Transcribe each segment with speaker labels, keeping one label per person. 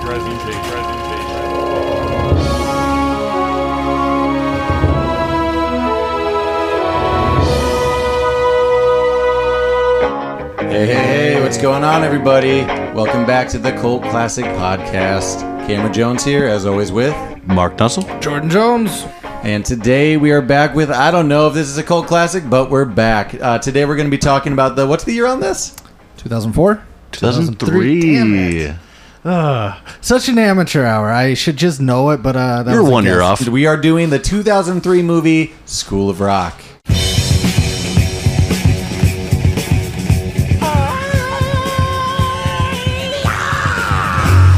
Speaker 1: presentation.
Speaker 2: Hey, hey, hey, what's going on, everybody? Welcome back to the Cult Classic Podcast. Cameron Jones here, as always, with.
Speaker 3: Mark Nussel.
Speaker 4: Jordan Jones.
Speaker 2: And today we are back with, I don't know if this is a cult classic, but we're back. Uh, today we're going to be talking about the, what's the year on this?
Speaker 4: 2004.
Speaker 3: 2003.
Speaker 4: Damn it. Ugh. Such an amateur hour. I should just know it, but uh, that
Speaker 3: You're
Speaker 4: was a
Speaker 3: one year
Speaker 4: guess.
Speaker 3: off.
Speaker 2: We are doing the 2003 movie School of Rock.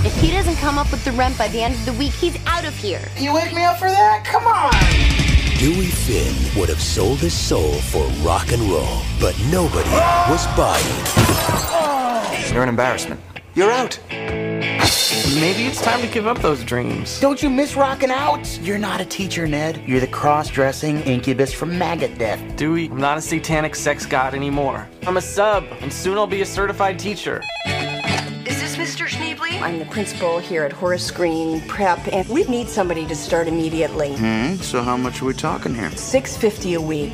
Speaker 5: If he doesn't come up with the rent by the end of the week, he's out of here.
Speaker 6: You wake me up for that? Come on!
Speaker 7: Dewey Finn would have sold his soul for rock and roll, but nobody was buying.
Speaker 6: You're an embarrassment. You're out.
Speaker 8: Maybe it's time to give up those dreams.
Speaker 6: Don't you miss rocking out? You're not a teacher, Ned. You're the cross-dressing incubus from maggot death.
Speaker 8: Dewey, I'm not a satanic sex god anymore. I'm a sub, and soon I'll be a certified teacher.
Speaker 9: Is this Mr. Schneebly?
Speaker 10: I'm the principal here at Horace Green Prep, and we need somebody to start immediately.
Speaker 6: So how much are we talking here?
Speaker 10: Six fifty a week.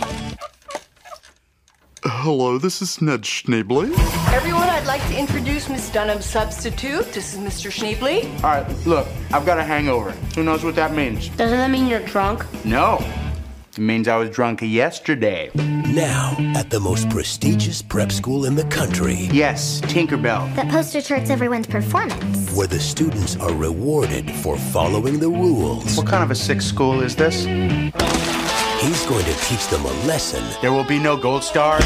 Speaker 11: Hello, this is Ned Schneebly.
Speaker 10: Everyone, I'd like to introduce Miss Dunham's substitute. This is Mr. Schneebly.
Speaker 11: All right, look, I've got a hangover. Who knows what that means?
Speaker 5: Doesn't that mean you're drunk?
Speaker 11: No. It means I was drunk yesterday.
Speaker 7: Now, at the most prestigious prep school in the country,
Speaker 11: Yes, Tinkerbell.
Speaker 5: That poster charts everyone's performance.
Speaker 7: where the students are rewarded for following the rules,
Speaker 11: What kind of a sick school is this?
Speaker 7: he's going to teach them a lesson
Speaker 11: There will be no gold stars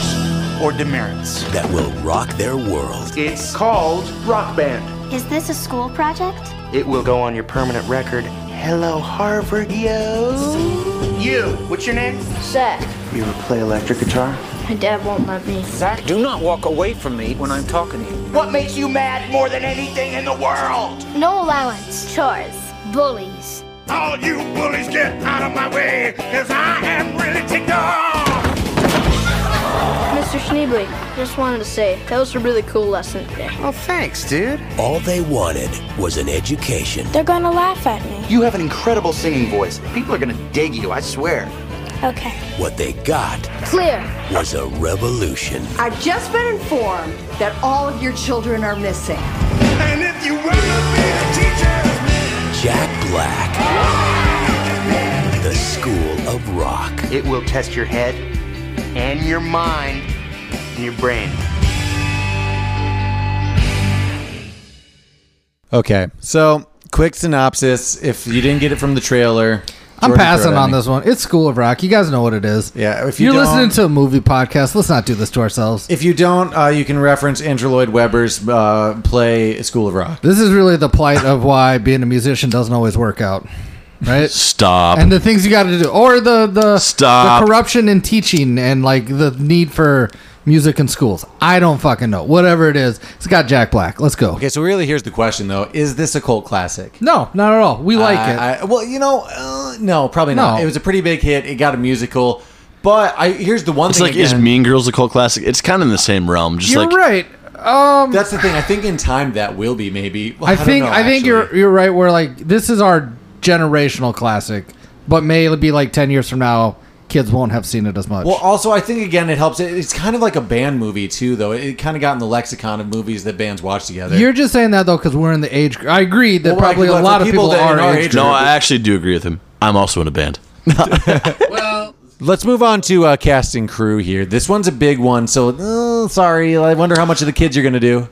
Speaker 11: or demerits.
Speaker 7: that will rock their world.
Speaker 11: It's called Rock Band.
Speaker 5: Is this a school project?
Speaker 11: It will go on your permanent record. Hello, Harvard, yo. You, what's your name?
Speaker 5: Zach.
Speaker 11: You ever play electric guitar?
Speaker 5: My dad won't let me.
Speaker 6: Zach, do not walk away from me when I'm talking to you.
Speaker 11: What makes you mad more than anything in the world?
Speaker 5: No allowance. Chores. Bullies.
Speaker 11: All you bullies get out of my way, cause I am really ticked off!
Speaker 5: Mr. Schneebly, just wanted to say that was a really cool lesson today.
Speaker 6: Oh, thanks, dude.
Speaker 7: All they wanted was an education.
Speaker 9: They're gonna laugh at me.
Speaker 11: You have an incredible singing voice. People are gonna dig you, I swear.
Speaker 9: Okay.
Speaker 7: What they got
Speaker 5: Clear.
Speaker 7: was a revolution.
Speaker 10: I've just been informed that all of your children are missing.
Speaker 11: And if you wanna be a teacher,
Speaker 7: Jack Black, the School of Rock.
Speaker 11: it will test your head and your mind and your brain.
Speaker 2: Okay, so quick synopsis. If you didn't get it from the trailer,
Speaker 4: I'm
Speaker 2: Jordan, throw it
Speaker 4: passing
Speaker 2: at
Speaker 4: on
Speaker 2: me.
Speaker 4: this one. It's School of Rock. You guys know what it is.
Speaker 2: Yeah, if
Speaker 4: If
Speaker 2: you
Speaker 4: you're
Speaker 2: don't-
Speaker 4: listening to a movie podcast, let's not do this to ourselves.
Speaker 2: If you don't, uh, you can reference Andrew Lloyd Webber's uh, play School of Rock.
Speaker 4: this is really the plight of why being a musician doesn't always work out, right?
Speaker 3: Stop.
Speaker 4: and the things you got to do, or the the,
Speaker 3: Stop.
Speaker 4: the corruption in teaching and like the need for music in schools. I don't fucking know. Whatever it is, it's got Jack Black. Let's go.
Speaker 2: Okay, so really, here's the question though: Is this a cult classic?
Speaker 4: No, not at all. We like
Speaker 2: I-
Speaker 4: it.
Speaker 2: I- well, you know, uh, no, probably not.
Speaker 4: No.
Speaker 2: It was a pretty big hit. It got a musical, but I here's the one
Speaker 3: it's
Speaker 2: thing.
Speaker 3: like, is
Speaker 2: again-
Speaker 3: Mean Girls a cult classic? It's kind of in the same realm. Just
Speaker 4: you're
Speaker 3: like,
Speaker 4: right. Um,
Speaker 2: That's the thing. I think in time that will be maybe. Well,
Speaker 4: I
Speaker 2: don't
Speaker 4: think
Speaker 2: know,
Speaker 4: I think
Speaker 2: actually.
Speaker 4: you're you're right. Where like this is our generational classic, but may be like ten years from now, kids won't have seen it as much.
Speaker 2: Well, also, I think again it helps. It- It's kind of like a band movie too, though. It, kind of got in the lexicon of movies that bands watch together.
Speaker 4: you're just saying that though because we're in the age. gr- I agree that
Speaker 2: uh, Well, like,
Speaker 4: probably
Speaker 2: but
Speaker 4: a lot
Speaker 2: for
Speaker 4: of
Speaker 2: people
Speaker 4: people,
Speaker 2: that are
Speaker 4: are
Speaker 2: in our
Speaker 4: age.
Speaker 2: age
Speaker 4: group.
Speaker 3: no, I actually do agree with him. I'm also in a band.
Speaker 2: Let's move on to uh, casting crew here. This one's a big one, so uh, sorry. I wonder how much of the kids you're gonna do.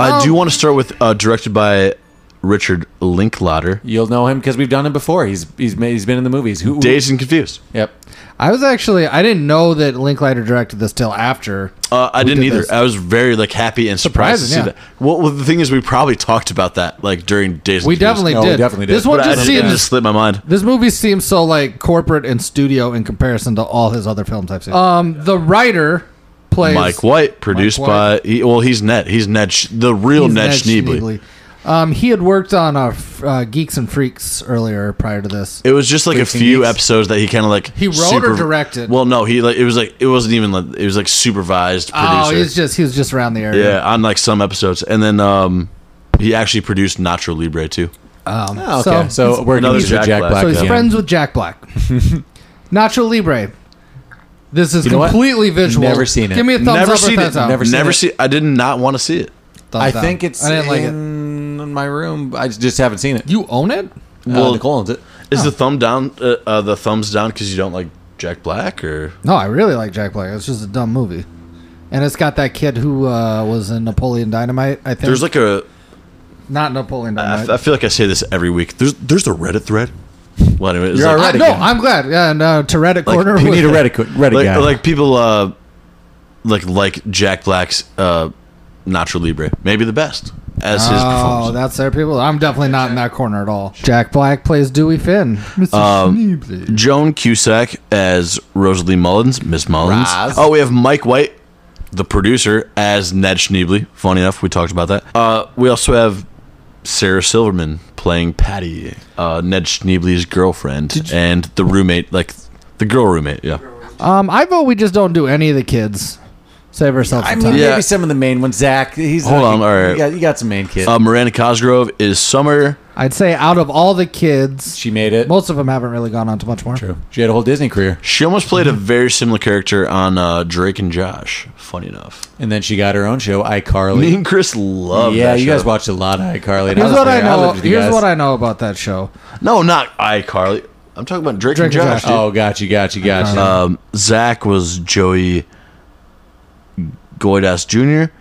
Speaker 4: Oh.
Speaker 3: I do want to start with uh, directed by Richard Linklater.
Speaker 2: You'll know him because we've done him before. He's he's ma- he's been in the movies. Who?
Speaker 3: Dazed and Confused.
Speaker 2: Yep.
Speaker 4: I was actually I didn't know that Linklater directed this till after.
Speaker 3: Uh, I
Speaker 4: we
Speaker 3: didn't
Speaker 4: did
Speaker 3: either.
Speaker 4: this.
Speaker 3: I was very like happy and surprised to see
Speaker 4: Surprising,
Speaker 3: that. Well, well, the thing is, we probably talked about that like during Dazed.
Speaker 4: we
Speaker 3: and Confused.
Speaker 4: definitely
Speaker 2: No, we
Speaker 4: did.
Speaker 2: definitely did.
Speaker 4: This one
Speaker 3: But I
Speaker 4: just
Speaker 3: didn't- it
Speaker 4: seems
Speaker 3: just slipped my mind.
Speaker 4: This movie seems so like corporate and studio in comparison to all his other films I've seen. Um, the writer plays
Speaker 3: Mike White, produced
Speaker 4: Mike White.
Speaker 3: by he, well, he's Ned. He's Ned. Sch- the real
Speaker 4: He's
Speaker 3: Ned,
Speaker 4: Ned
Speaker 3: Schneebly.
Speaker 4: Schneebly. Um, he had worked on uh, f- uh, Geeks and Freaks earlier prior to this.
Speaker 3: It was just like a few episodes that he kind of like
Speaker 4: He wrote or directed?
Speaker 3: Well, no, he like it was like it wasn't even like it was like supervised producer.
Speaker 4: Oh, he was just he was just around the area.
Speaker 3: yeah, on like some episodes, and then um, he actually produced Nacho Libre too.
Speaker 4: Um,
Speaker 2: Oh, okay. So,
Speaker 4: he's-
Speaker 2: we're
Speaker 3: Another
Speaker 2: going to Jack,
Speaker 3: Jack
Speaker 2: Jack
Speaker 3: Black.
Speaker 2: Black.
Speaker 4: so he's
Speaker 2: again.
Speaker 4: friends with Jack Black. Nacho Libre. This is
Speaker 2: You know what?
Speaker 4: completely visual.
Speaker 2: Never seen it.
Speaker 4: Give me a thumbs
Speaker 3: never
Speaker 4: up or
Speaker 3: seen
Speaker 4: thumbs
Speaker 3: it.
Speaker 4: down.
Speaker 2: Never
Speaker 3: Never,
Speaker 2: seen it.
Speaker 3: see. I did not want to see it.
Speaker 4: Thumbs
Speaker 2: I
Speaker 4: down.
Speaker 2: think it's
Speaker 4: I didn't like it.
Speaker 2: in my room. I just haven't seen it.
Speaker 4: You own it?
Speaker 2: well,
Speaker 3: Well-
Speaker 2: Nicole owns it.
Speaker 3: Is the thumb down? Uh, uh, the thumbs down because you don't like Jack Black or
Speaker 4: No, I really like Jack Black. It's just a dumb movie. And it's got that kid who uh, was in Napoleon Dynamite, I think.
Speaker 3: there's like a.
Speaker 4: Not Napoleon
Speaker 3: I
Speaker 4: Dynamite.
Speaker 3: I feel like I say this every week. There's there's the Reddit thread. Well, anyway, it's
Speaker 2: You're alright.
Speaker 3: like,
Speaker 4: I- no, I'm glad. Yeah, and uh, to Reddit Corner.
Speaker 2: We
Speaker 4: was-
Speaker 2: need a Reddit, Reddit
Speaker 3: like,
Speaker 2: guy.
Speaker 3: like people uh like like Jack Black's uh Nacho Libre, maybe the best as his
Speaker 4: Oh,
Speaker 3: performance.
Speaker 4: that's their people. I'm definitely not in that corner at all. Jack Black plays Dewey Finn. Mr. Schneebly.
Speaker 3: Joan Cusack as Rosalie Mullins, Miss Mullins. Oh, we have Mike White, the producer, as Ned Schneebly. Funny enough, we talked about that. Uh, we also have Sarah Silverman playing Patty, uh, Ned Schneebly's girlfriend, and the roommate, like the girl roommate. Yeah,
Speaker 4: Um, I vote we just don't do any of the kids. Save ourselves
Speaker 2: I
Speaker 4: some
Speaker 2: mean,
Speaker 4: time.
Speaker 3: Yeah.
Speaker 2: maybe some of the main ones. Zach, he's
Speaker 3: Hold on,
Speaker 2: you-
Speaker 3: all right.
Speaker 2: You got, you got some main kids.
Speaker 4: Um,
Speaker 3: uh, Miranda Cosgrove is Summer.
Speaker 4: I'd say out of all the kids,
Speaker 2: she made it.
Speaker 4: most of them haven't really gone on to much more. True.
Speaker 2: She had a whole Disney career,
Speaker 3: She almost played a
Speaker 4: Mm-hmm.
Speaker 3: very similar character on uh, Drake and Josh. Funny enough,
Speaker 2: and then she got her own show,
Speaker 3: me
Speaker 2: iCarly.
Speaker 3: and Chris love.
Speaker 2: Yeah,
Speaker 3: that
Speaker 2: you
Speaker 3: show.
Speaker 2: guys watched a lot of iCarly. and
Speaker 4: Here's
Speaker 2: was
Speaker 4: what I
Speaker 2: there.
Speaker 4: know.
Speaker 2: lived with you
Speaker 4: here's
Speaker 2: guys.
Speaker 4: what I know about that show.
Speaker 3: No, not iCarly. I'm talking about Drake,
Speaker 4: Drake
Speaker 3: and
Speaker 4: and
Speaker 3: Josh.
Speaker 4: Josh.
Speaker 3: dude.
Speaker 2: Oh, got you, got you, got you.
Speaker 3: Um, Zach was Joey Goidas Jr.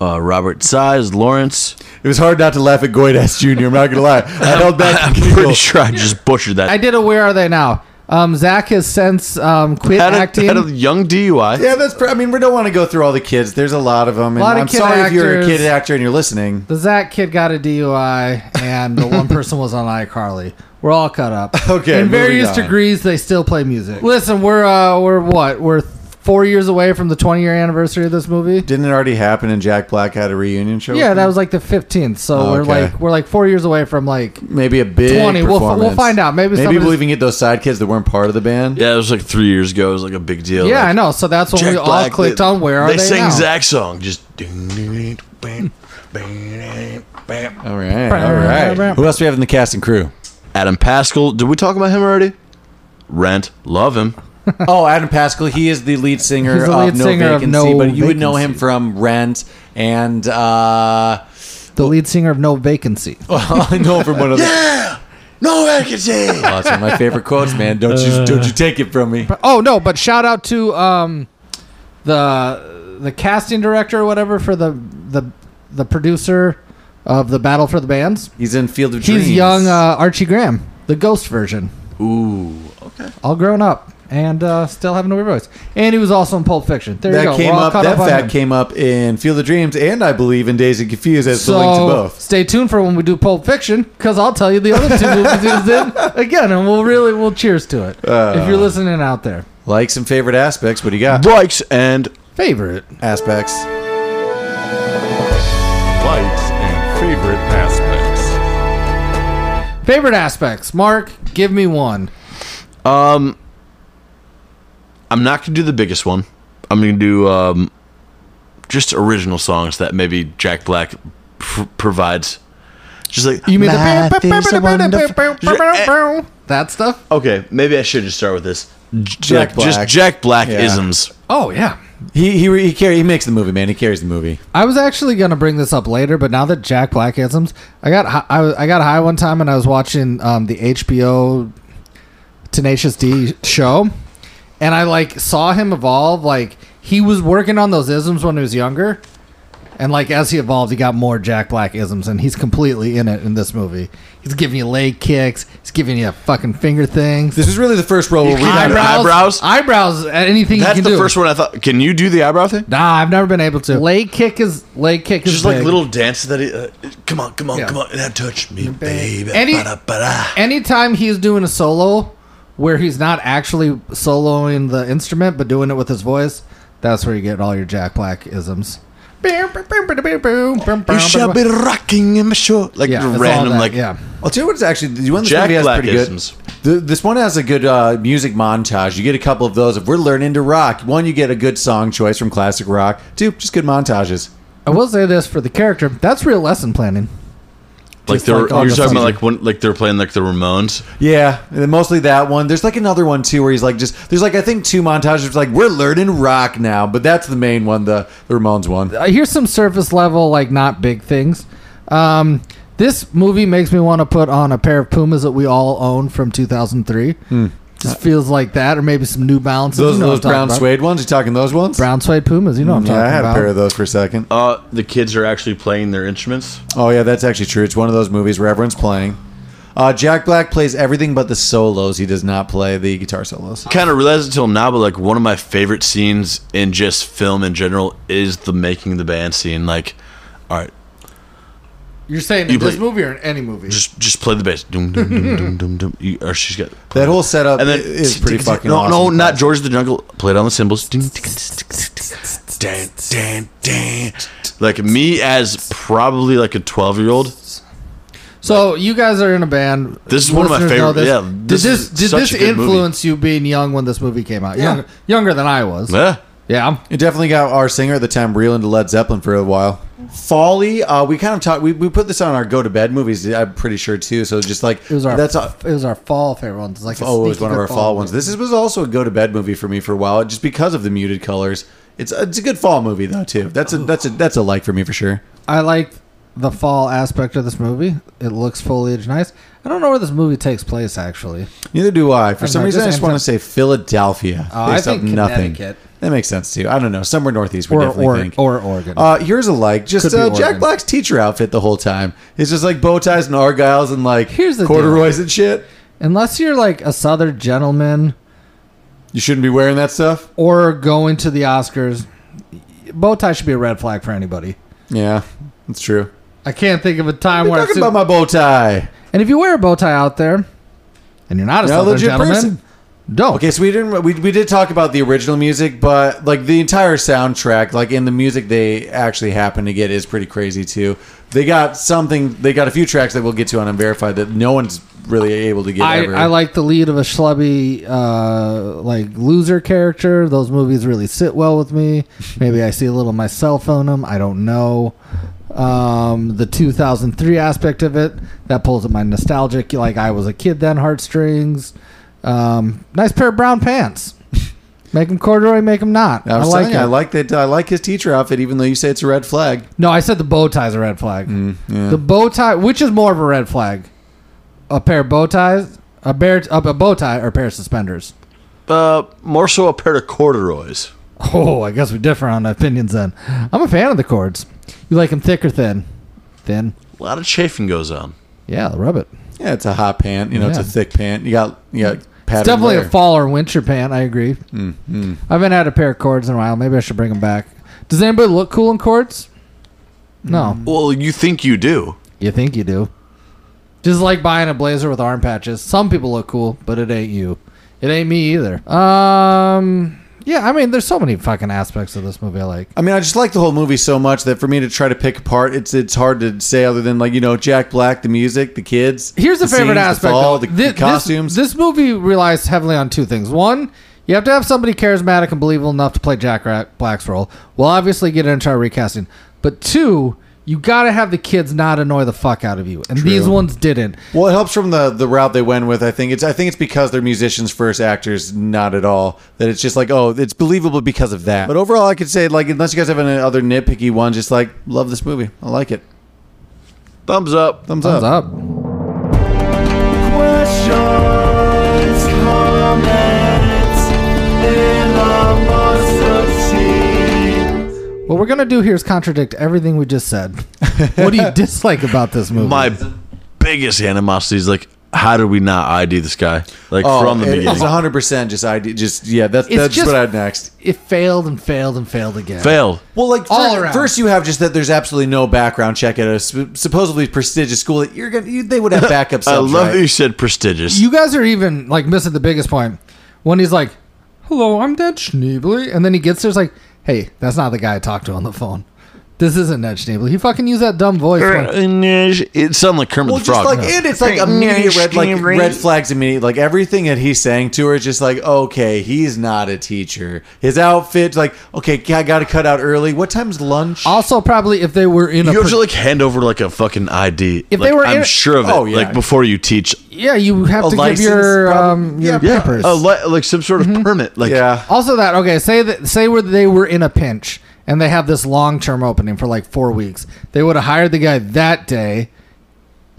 Speaker 3: Uh, Robert Size Lawrence.
Speaker 2: it was hard not to laugh at Goidas Jr. I'm not gonna lie. I held
Speaker 3: I'm
Speaker 2: back.
Speaker 3: pretty sure I just butchered that.
Speaker 4: I did a Where Are They Now? Um, Zach has since um, quit
Speaker 3: had,
Speaker 4: acting.
Speaker 3: a, had a young DUI.
Speaker 2: Yeah, that's. Pr- I mean, we don't want to go through all the kids. There's a lot of them. And
Speaker 4: Lot of
Speaker 2: I'm
Speaker 4: kid
Speaker 2: sorry if you're a
Speaker 4: actors.
Speaker 2: kid actor and you're listening.
Speaker 4: the Zach kid got a DUI, and the one person was on iCarly. We're all caught up.
Speaker 2: Okay,
Speaker 4: In
Speaker 2: moving
Speaker 4: various
Speaker 2: on.
Speaker 4: degrees, they still play music. Listen, we're uh, we're what we're four years away from the 20 year anniversary of this movie.
Speaker 2: Didn't it already happen? And Jack Black had a reunion show.
Speaker 4: Yeah, that was like the 15th. So
Speaker 2: Oh,
Speaker 4: we're
Speaker 2: okay.
Speaker 4: like we're like four years away from like
Speaker 2: maybe a big
Speaker 4: 20. We'll f- we'll
Speaker 2: performance.
Speaker 4: find out. Maybe
Speaker 2: maybe
Speaker 4: somebody's-
Speaker 2: we'll even get those side kids that weren't part of the band.
Speaker 3: Yeah, it was like three years ago. It was like a big deal.
Speaker 4: yeah,
Speaker 3: Like,
Speaker 4: I know. So that's when
Speaker 3: Jack
Speaker 4: we all
Speaker 3: Black,
Speaker 4: clicked on where are they,
Speaker 3: They sang
Speaker 4: now?
Speaker 3: Zach's song. Just. ding, ding, ding, bam, bam, bam.
Speaker 2: All right, all right. Who else do we have in the cast and crew?
Speaker 3: Adam Pascal. Did we talk about him already? Rent. Love him.
Speaker 2: Oh, Adam Pascal. He is the lead singer
Speaker 4: He's the lead
Speaker 2: of No
Speaker 4: singer of
Speaker 2: Vacancy,
Speaker 4: No
Speaker 2: but you would know him
Speaker 4: Vacancy.
Speaker 2: from Rent and uh,
Speaker 4: The lead singer of No Vacancy.
Speaker 2: I know him from one of the
Speaker 3: No vacancy.
Speaker 2: That's one of my favorite quotes, man. Don't you don't you take it from me.
Speaker 4: Oh no, Uh. but shout out to um, the the casting director or whatever for the the the producer of the Battle for the Bands.
Speaker 2: He's in Field of Dreams.
Speaker 4: He's young uh, Archie Graham, the ghost version.
Speaker 3: Ooh. Okay.
Speaker 4: All grown up and uh, still having a weird voice. And he was also in Pulp Fiction. There you
Speaker 2: that
Speaker 4: go.
Speaker 2: came
Speaker 4: We're all
Speaker 2: up.
Speaker 4: caught
Speaker 2: That
Speaker 4: on
Speaker 2: fact
Speaker 4: him.
Speaker 2: came up in Field of Dreams, and I believe in Days and Confused as the link to
Speaker 4: So
Speaker 2: both.
Speaker 4: stay tuned for when we do Pulp Fiction, because I'll tell you the other two movies he was in again, and we'll really we'll cheers to it if
Speaker 2: Uh.
Speaker 4: you're listening out there.
Speaker 2: Likes and favorite aspects. What do you got?
Speaker 3: Likes and
Speaker 4: Favorite.
Speaker 2: Aspects.
Speaker 1: Likes and favorite aspects.
Speaker 4: Favorite aspects. Mark, give me one.
Speaker 3: I'm not gonna do the biggest one. I'm gonna do um, just original songs that maybe Jack Black pr- provides. Just like
Speaker 4: You mean
Speaker 3: Life is a wonderful-
Speaker 4: the that stuff?
Speaker 3: Okay, maybe I should just start with this.
Speaker 2: Jack
Speaker 3: Jack Just
Speaker 2: Black.
Speaker 3: Jack Black
Speaker 2: Yeah.
Speaker 3: isms.
Speaker 4: Oh yeah.
Speaker 2: He he re- he, carry, he makes the movie, man. He carries the movie.
Speaker 4: I was actually gonna bring this up later, but now that Jack Black isms, I got hi- I, was- I got high one time and I was watching um, the HBO Tenacious D show, and I like saw him evolve. Like he was working on those isms when he was younger, and like as he evolved, he got more Jack Black isms, and he's completely in it in this movie. He's giving you leg kicks. He's giving you fucking finger things.
Speaker 2: This is really the first role where we
Speaker 3: can't-
Speaker 2: got
Speaker 3: eyebrows?
Speaker 4: eyebrows, anything
Speaker 3: That's
Speaker 4: you
Speaker 3: the
Speaker 4: can do.
Speaker 3: first one I thought. Can you do the eyebrow thing?
Speaker 4: Nah, I've never been able to. Leg kick is leg kick is
Speaker 3: Just like
Speaker 4: big.
Speaker 3: little dances that he. Uh, come on, come on,
Speaker 4: Yeah.
Speaker 3: come on! Now touch me, baby.
Speaker 4: Any-
Speaker 3: Ba-da-ba-da.
Speaker 4: anytime he's doing a solo where he's not actually soloing the instrument but doing it with his voice, that's where you get all your Jack Black isms. You
Speaker 3: You shall be rocking in my show. Like
Speaker 2: Yeah, it's all
Speaker 3: random,
Speaker 2: that,
Speaker 3: like
Speaker 2: yeah. I'll tell you what's actually the one this
Speaker 3: Jack
Speaker 2: movie has
Speaker 3: Black
Speaker 2: pretty good.
Speaker 3: isms.
Speaker 2: The, this one has a good uh, music montage. You get a couple of those. If we're learning to rock, one you get a good song choice from classic rock. Two, just good montages.
Speaker 4: I will say this for the character. That's real lesson planning.
Speaker 3: like
Speaker 4: Just
Speaker 3: they're
Speaker 4: like all
Speaker 3: you're
Speaker 4: the
Speaker 3: talking about
Speaker 4: season.
Speaker 3: like when like they're playing like the Ramones.
Speaker 2: Yeah, and then mostly that one. There's like another one too where he's like just there's like I think two montages like we're learning rock now, but that's the main one, the, the Ramones one.
Speaker 4: Uh, here's some surface level, like not big things. Um, this movie makes me want to put on a pair of Pumas that we all own from 2003. Just feels like that, or maybe some New Balances.
Speaker 2: Hmm. Those
Speaker 4: you know
Speaker 2: those
Speaker 4: what I'm talking
Speaker 2: brown
Speaker 4: about.
Speaker 2: suede ones. You talking those ones?
Speaker 4: Brown suede Pumas. You know what I'm
Speaker 2: Yeah,
Speaker 4: talking
Speaker 2: I had
Speaker 4: about.
Speaker 2: a pair of those for a second.
Speaker 3: Uh, the kids are actually playing their instruments.
Speaker 2: Oh yeah, that's actually true. It's one of those movies where everyone's playing. Uh, Jack Black plays everything but the solos. He does not play the guitar solos.
Speaker 3: Kind of realized until now, but like one of my favorite scenes in just film in general is the making the band scene. Like, all right,
Speaker 4: You're saying
Speaker 3: You
Speaker 4: in this
Speaker 3: play-
Speaker 4: movie or in any movie?
Speaker 3: just just play the bass. Doom, doom, doom, doom, doom, doom. You, or she's got
Speaker 2: That whole setup
Speaker 3: and then
Speaker 2: is pretty fucking
Speaker 3: no no
Speaker 2: awesome.
Speaker 3: not George the Jungle. Play it on the cymbals. Ding, ding, ding, ding, ding. Like me as probably like a twelve year old.
Speaker 4: So you guys are in a band.
Speaker 3: This is one of my
Speaker 4: Listeners know
Speaker 3: favorite- yeah, this
Speaker 4: did this
Speaker 3: is
Speaker 4: did
Speaker 3: such
Speaker 4: this
Speaker 3: a good movie.
Speaker 4: influence you being young when this movie came out?
Speaker 2: Yeah.
Speaker 4: Younger, younger than I was.
Speaker 3: Yeah.
Speaker 4: Yeah.
Speaker 2: It definitely got our singer at the time real into Led Zeppelin for a while. Folly, uh, we kind of talked. We, we put this on our go to bed movies. I'm pretty sure too. So just like
Speaker 4: It was our
Speaker 2: that's
Speaker 4: that's
Speaker 2: a,
Speaker 4: it was our fall favorite ones. It's like a
Speaker 2: oh, it was
Speaker 4: sneaky
Speaker 2: one of
Speaker 4: good
Speaker 2: our fall ones. This is, was also a go to bed movie for me for a while, just because of the muted colors. It's it's a good fall movie though too. That's a that's a that's a like for me for sure.
Speaker 4: I like the fall aspect of this movie. It looks foliage nice. I don't know where this movie takes place actually.
Speaker 2: Neither do I. For
Speaker 4: I
Speaker 2: some
Speaker 4: know,
Speaker 2: reason, I
Speaker 4: just
Speaker 2: just want to say Philadelphia.
Speaker 4: Oh, I
Speaker 2: based off
Speaker 4: think Connecticut.
Speaker 2: That makes sense too. I don't know. Somewhere northeast, we
Speaker 4: Or
Speaker 2: definitely
Speaker 4: or,
Speaker 2: think.
Speaker 4: or Oregon.
Speaker 2: Uh, here's a like. Just
Speaker 4: Could be
Speaker 2: uh, Jack
Speaker 4: Oregon.
Speaker 2: Black's teacher outfit the whole time. It's just like bow ties and argyles and like
Speaker 4: Here's the
Speaker 2: corduroys and shit.
Speaker 4: Unless you're like a southern gentleman
Speaker 2: You shouldn't be wearing that stuff.
Speaker 4: or going to the Oscars, bow tie should be a red flag for anybody.
Speaker 2: Yeah, that's true.
Speaker 4: I can't think of a time
Speaker 2: I'm
Speaker 4: where I've
Speaker 2: talking
Speaker 4: seen-
Speaker 2: about my bow tie.
Speaker 4: And if you wear a bow tie out there, and you're not a
Speaker 2: You're a
Speaker 4: southern
Speaker 2: legit
Speaker 4: gentleman,
Speaker 2: person.
Speaker 4: don't.
Speaker 2: Okay, so we didn't we, we did talk about the original music, but like the entire soundtrack, like in the music they actually happen to get is pretty crazy too. They got something. They got a few tracks that we'll get to on Unverified that no one's really able to get.
Speaker 4: I,
Speaker 2: ever.
Speaker 4: I like the lead of a schlubby uh, like loser character. Those movies really sit well with me. Maybe I see a little myself on them. I don't know. Um, the 2003 aspect of it that pulls at my nostalgic like I was a kid then heartstrings. Um, nice pair of brown pants. Make them corduroy, make them not.
Speaker 2: I,
Speaker 4: I
Speaker 2: was
Speaker 4: like
Speaker 2: telling
Speaker 4: it.
Speaker 2: you, I like that. I like his teacher outfit, even though you say it's a red flag.
Speaker 4: No, I said the bow tie's a red flag.
Speaker 2: yeah.
Speaker 4: The bow tie, which is more of a red flag, a pair of bow ties, a bear, a, a bow tie, or a pair of suspenders.
Speaker 3: Uh, more so a pair of corduroys.
Speaker 4: Oh, I guess we differ on opinions then. I'm a fan of the cords. You like them thick or thin? Thin.
Speaker 3: A lot of chafing goes on.
Speaker 4: Yeah, rub it.
Speaker 2: Yeah, it's a hot pant. You know, it's a
Speaker 4: Yeah.
Speaker 2: thick pant. You got you got pattern.
Speaker 4: It's definitely
Speaker 2: wear.
Speaker 4: a fall or winter pant. I agree. I haven't had a pair of cords in a while. Maybe I should bring them back. Does anybody look cool in cords? No.
Speaker 3: Well, you think you do.
Speaker 4: You think you do. Just like buying a blazer with arm patches. Some people look cool, but it ain't you. It ain't me either. Um yeah, I mean there's so many fucking aspects of this movie I like.
Speaker 2: I mean, I just like the whole movie so much that for me to try to pick apart, it's it's hard to say other than like you know Jack Black, the music, the kids.
Speaker 4: Here's the, favorite
Speaker 2: scenes,
Speaker 4: aspect
Speaker 2: the, fall,
Speaker 4: though.
Speaker 2: the,
Speaker 4: Thi-
Speaker 2: the
Speaker 4: this,
Speaker 2: costumes.
Speaker 4: This, movie relies heavily on two things. One, you have to have somebody charismatic and believable enough to play Jack Ra- Black's role. We'll obviously get into our recasting. But two, you gotta have the kids not annoy the fuck out of you. And these ones didn't.
Speaker 2: Well, it helps from the the route they went with. I think it's I think it's because they're musicians first, actors not at all. That it's just like oh, it's believable because of that. But overall, I could say like unless you guys have any other nitpicky one, just like love this movie. I like it.
Speaker 3: Thumbs up.
Speaker 2: Thumbs,
Speaker 4: Thumbs
Speaker 2: up.
Speaker 4: up. What we're gonna do here is contradict everything we just said. what do you dislike about this movie?
Speaker 3: My biggest animosity is like, how did we not ID this guy? Like
Speaker 2: Oh,
Speaker 3: from the
Speaker 2: it-
Speaker 3: beginning.
Speaker 2: it's 100 percent just idea. Just yeah, that's
Speaker 4: It's
Speaker 2: that's
Speaker 4: just-
Speaker 2: what I had next.
Speaker 4: it failed and failed and failed again.
Speaker 3: Failed.
Speaker 2: Well, like
Speaker 4: All
Speaker 2: fir-
Speaker 4: around.
Speaker 2: first you have just that there's absolutely no background check at a sup- supposedly prestigious school that you're gonna you, they would have backup.
Speaker 3: I
Speaker 2: subs,
Speaker 3: love
Speaker 2: right?
Speaker 3: that you said prestigious.
Speaker 4: You guys are even like missing the biggest point when he's like, "Hello, I'm Dad Schneebly," and then he gets there, it's like, "Hey, that's not the guy I talked to on the phone." This isn't Ned Schneebly. He fucking used that dumb voice. when-
Speaker 3: It sounded like Kermit
Speaker 2: Well,
Speaker 3: the
Speaker 2: just
Speaker 3: Frog.
Speaker 2: like and it's like immediate red like red flags immediate like everything that he sang to her is just like okay he's not a teacher his outfit like okay I got to cut out early what time's lunch
Speaker 4: also probably if they were in
Speaker 3: you have to like hand over like a fucking ID.
Speaker 4: If
Speaker 3: Like,
Speaker 4: they were
Speaker 3: I'm
Speaker 4: in-
Speaker 3: sure of it.
Speaker 4: Oh, yeah.
Speaker 3: Like before you teach,
Speaker 4: yeah, you have
Speaker 3: A
Speaker 4: to
Speaker 3: license,
Speaker 4: give your um, your
Speaker 3: yeah,
Speaker 4: papers.
Speaker 3: a li- like some sort of
Speaker 4: Mm-hmm.
Speaker 3: permit. Like yeah,
Speaker 4: Also, that okay. Say that say where they were in a pinch and they have this long term opening for like four weeks. They would have hired the guy that day.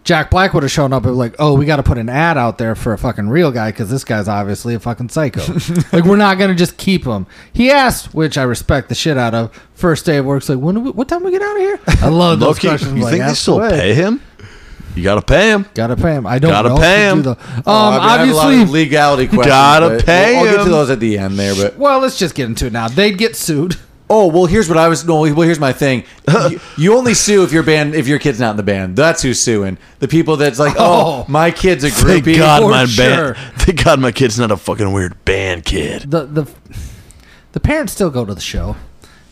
Speaker 4: Jack Black would have shown up and like, oh, we got to put an ad out there for a fucking real guy because this guy's obviously a fucking psycho. like, we're not gonna just keep him. He asked, which I respect the shit out of. First day of work's like, when do we, what time we get out of here? I love those
Speaker 3: Low-key,
Speaker 4: questions.
Speaker 3: You
Speaker 4: like,
Speaker 3: think they
Speaker 4: ask
Speaker 3: still
Speaker 4: away.
Speaker 3: pay him? You gotta pay him.
Speaker 4: Gotta pay him. I don't
Speaker 3: Gotta
Speaker 4: know if
Speaker 3: pay
Speaker 4: they
Speaker 3: him.
Speaker 4: do, though. Um,
Speaker 2: Oh, I mean, I have a lot
Speaker 4: obviously,
Speaker 2: of legality questions
Speaker 3: Gotta
Speaker 2: but
Speaker 3: pay
Speaker 2: we'll, we'll get to
Speaker 3: him.
Speaker 2: those at the end there but
Speaker 4: well, let's just get into it now. They'd get sued.
Speaker 2: Oh well, here's what I was. No, well, here's my thing. you, you only sue if your band, if your kid's not in the band. That's who's suing. The people that's like, oh,
Speaker 3: Oh.
Speaker 2: my kid's a
Speaker 3: Thank
Speaker 2: groupie.
Speaker 3: God my band. Thank God my kid's not a fucking weird band kid.
Speaker 4: the the the parents still go to the show,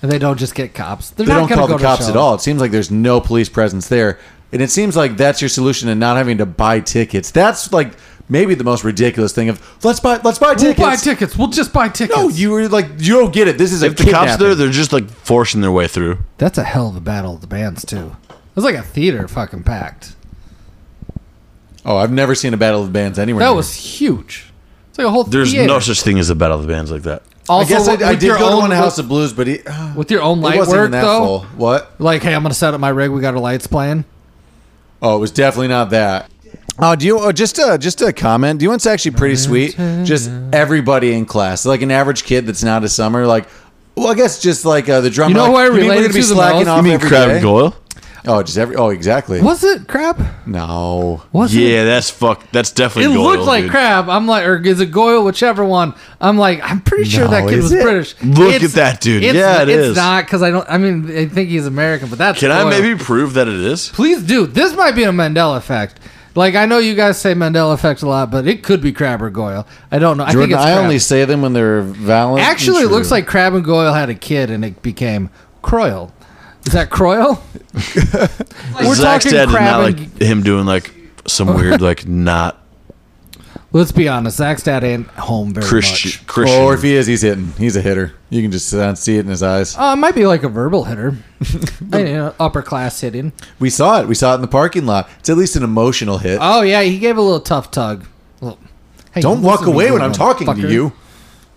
Speaker 4: and they don't just get cops. They're
Speaker 2: they
Speaker 4: not
Speaker 2: don't
Speaker 4: gonna
Speaker 2: call
Speaker 4: go
Speaker 2: the
Speaker 4: to
Speaker 2: cops
Speaker 4: show.
Speaker 2: at all. It seems like there's no police presence there, and it seems like that's your solution to not having to buy tickets. That's like maybe the most ridiculous thing of let's buy let's buy
Speaker 4: We'll
Speaker 2: tickets.
Speaker 4: buy tickets. We'll just buy tickets.
Speaker 2: No, you were like you don't get it. This is
Speaker 3: If
Speaker 2: a
Speaker 3: the cops are
Speaker 2: kidnapping.
Speaker 3: there, they're just like forcing their way through.
Speaker 4: That's a hell of a battle of the bands too. It was like a theater fucking packed.
Speaker 2: Oh, I've never seen a battle of the bands anywhere.
Speaker 4: That
Speaker 2: near.
Speaker 4: was huge. It's like a whole.
Speaker 3: There's
Speaker 4: theater.
Speaker 3: no such thing as a battle of the bands like that.
Speaker 4: Also,
Speaker 2: I guess I,
Speaker 4: with
Speaker 2: I did
Speaker 4: your
Speaker 2: go to
Speaker 4: own-
Speaker 2: one
Speaker 4: with-
Speaker 2: House of Blues, but it,
Speaker 4: with your own
Speaker 2: it
Speaker 4: light
Speaker 2: wasn't
Speaker 4: work
Speaker 2: even that
Speaker 4: though.
Speaker 2: full. What?
Speaker 4: Like, hey, I'm gonna set up my rig. We got our lights playing.
Speaker 2: Oh, it was definitely not that. Oh, do you oh, just uh, just a comment? Do you know what's actually pretty sweet? Just everybody in class, like an average kid that's not a summer, like. Well, I guess just like uh, the drummer.
Speaker 4: You
Speaker 2: like,
Speaker 4: know who I
Speaker 2: mean we're
Speaker 4: related
Speaker 2: gonna be
Speaker 4: to the
Speaker 2: slacking
Speaker 4: most?
Speaker 2: off
Speaker 4: You mean
Speaker 2: every
Speaker 4: Crab
Speaker 2: day?
Speaker 4: and
Speaker 3: Goyle?
Speaker 2: Oh, just every. Oh, exactly.
Speaker 4: Was it crap?
Speaker 2: No.
Speaker 4: Was
Speaker 3: yeah, that's fuck. That's
Speaker 4: It
Speaker 3: definitely.
Speaker 4: looked
Speaker 3: Goyle,
Speaker 4: like
Speaker 3: dude.
Speaker 4: crab. I'm like, or is it Goyle? Whichever one. I'm like, I'm pretty sure
Speaker 3: No,
Speaker 4: that kid
Speaker 3: is
Speaker 4: was
Speaker 3: it?
Speaker 4: British.
Speaker 3: Look at that dude.
Speaker 4: It's,
Speaker 3: Yeah, it
Speaker 4: it's
Speaker 3: is.
Speaker 4: not because I don't. I mean, I think he's American, but that's.
Speaker 3: Can I
Speaker 4: Goyle.
Speaker 3: maybe prove that it is?
Speaker 4: Please do. This might be a Mandela effect. Like I know you guys say Mandela effect a lot, but it could be crab or Goyle. I don't
Speaker 2: Jordan,
Speaker 4: know. I think it's
Speaker 2: I,
Speaker 4: crab.
Speaker 2: only say them when they're valid.
Speaker 4: Actually, it looks like crab and Goyle had a kid, and it became Croyle. Is that Croyle? We're
Speaker 3: Zach's
Speaker 4: talking
Speaker 3: dad did
Speaker 4: crab
Speaker 3: not
Speaker 4: and-
Speaker 3: like him doing like some weird like not
Speaker 4: Let's be honest. Zach's dad ain't home very much.
Speaker 3: Christian. Christian.
Speaker 2: Or if he is, he's hitting. He's a hitter. You can just uh, see it in his eyes.
Speaker 4: Uh, it might be like a verbal hitter, I don't know, upper class hitting.
Speaker 2: We saw it. We saw it in the parking lot. It's at least an emotional hit.
Speaker 4: Oh yeah, he gave a little tough tug. Well, hey,
Speaker 2: Don't
Speaker 4: listen
Speaker 2: walk
Speaker 4: to me,
Speaker 2: away when
Speaker 4: you
Speaker 2: I'm talking to
Speaker 4: motherfucker.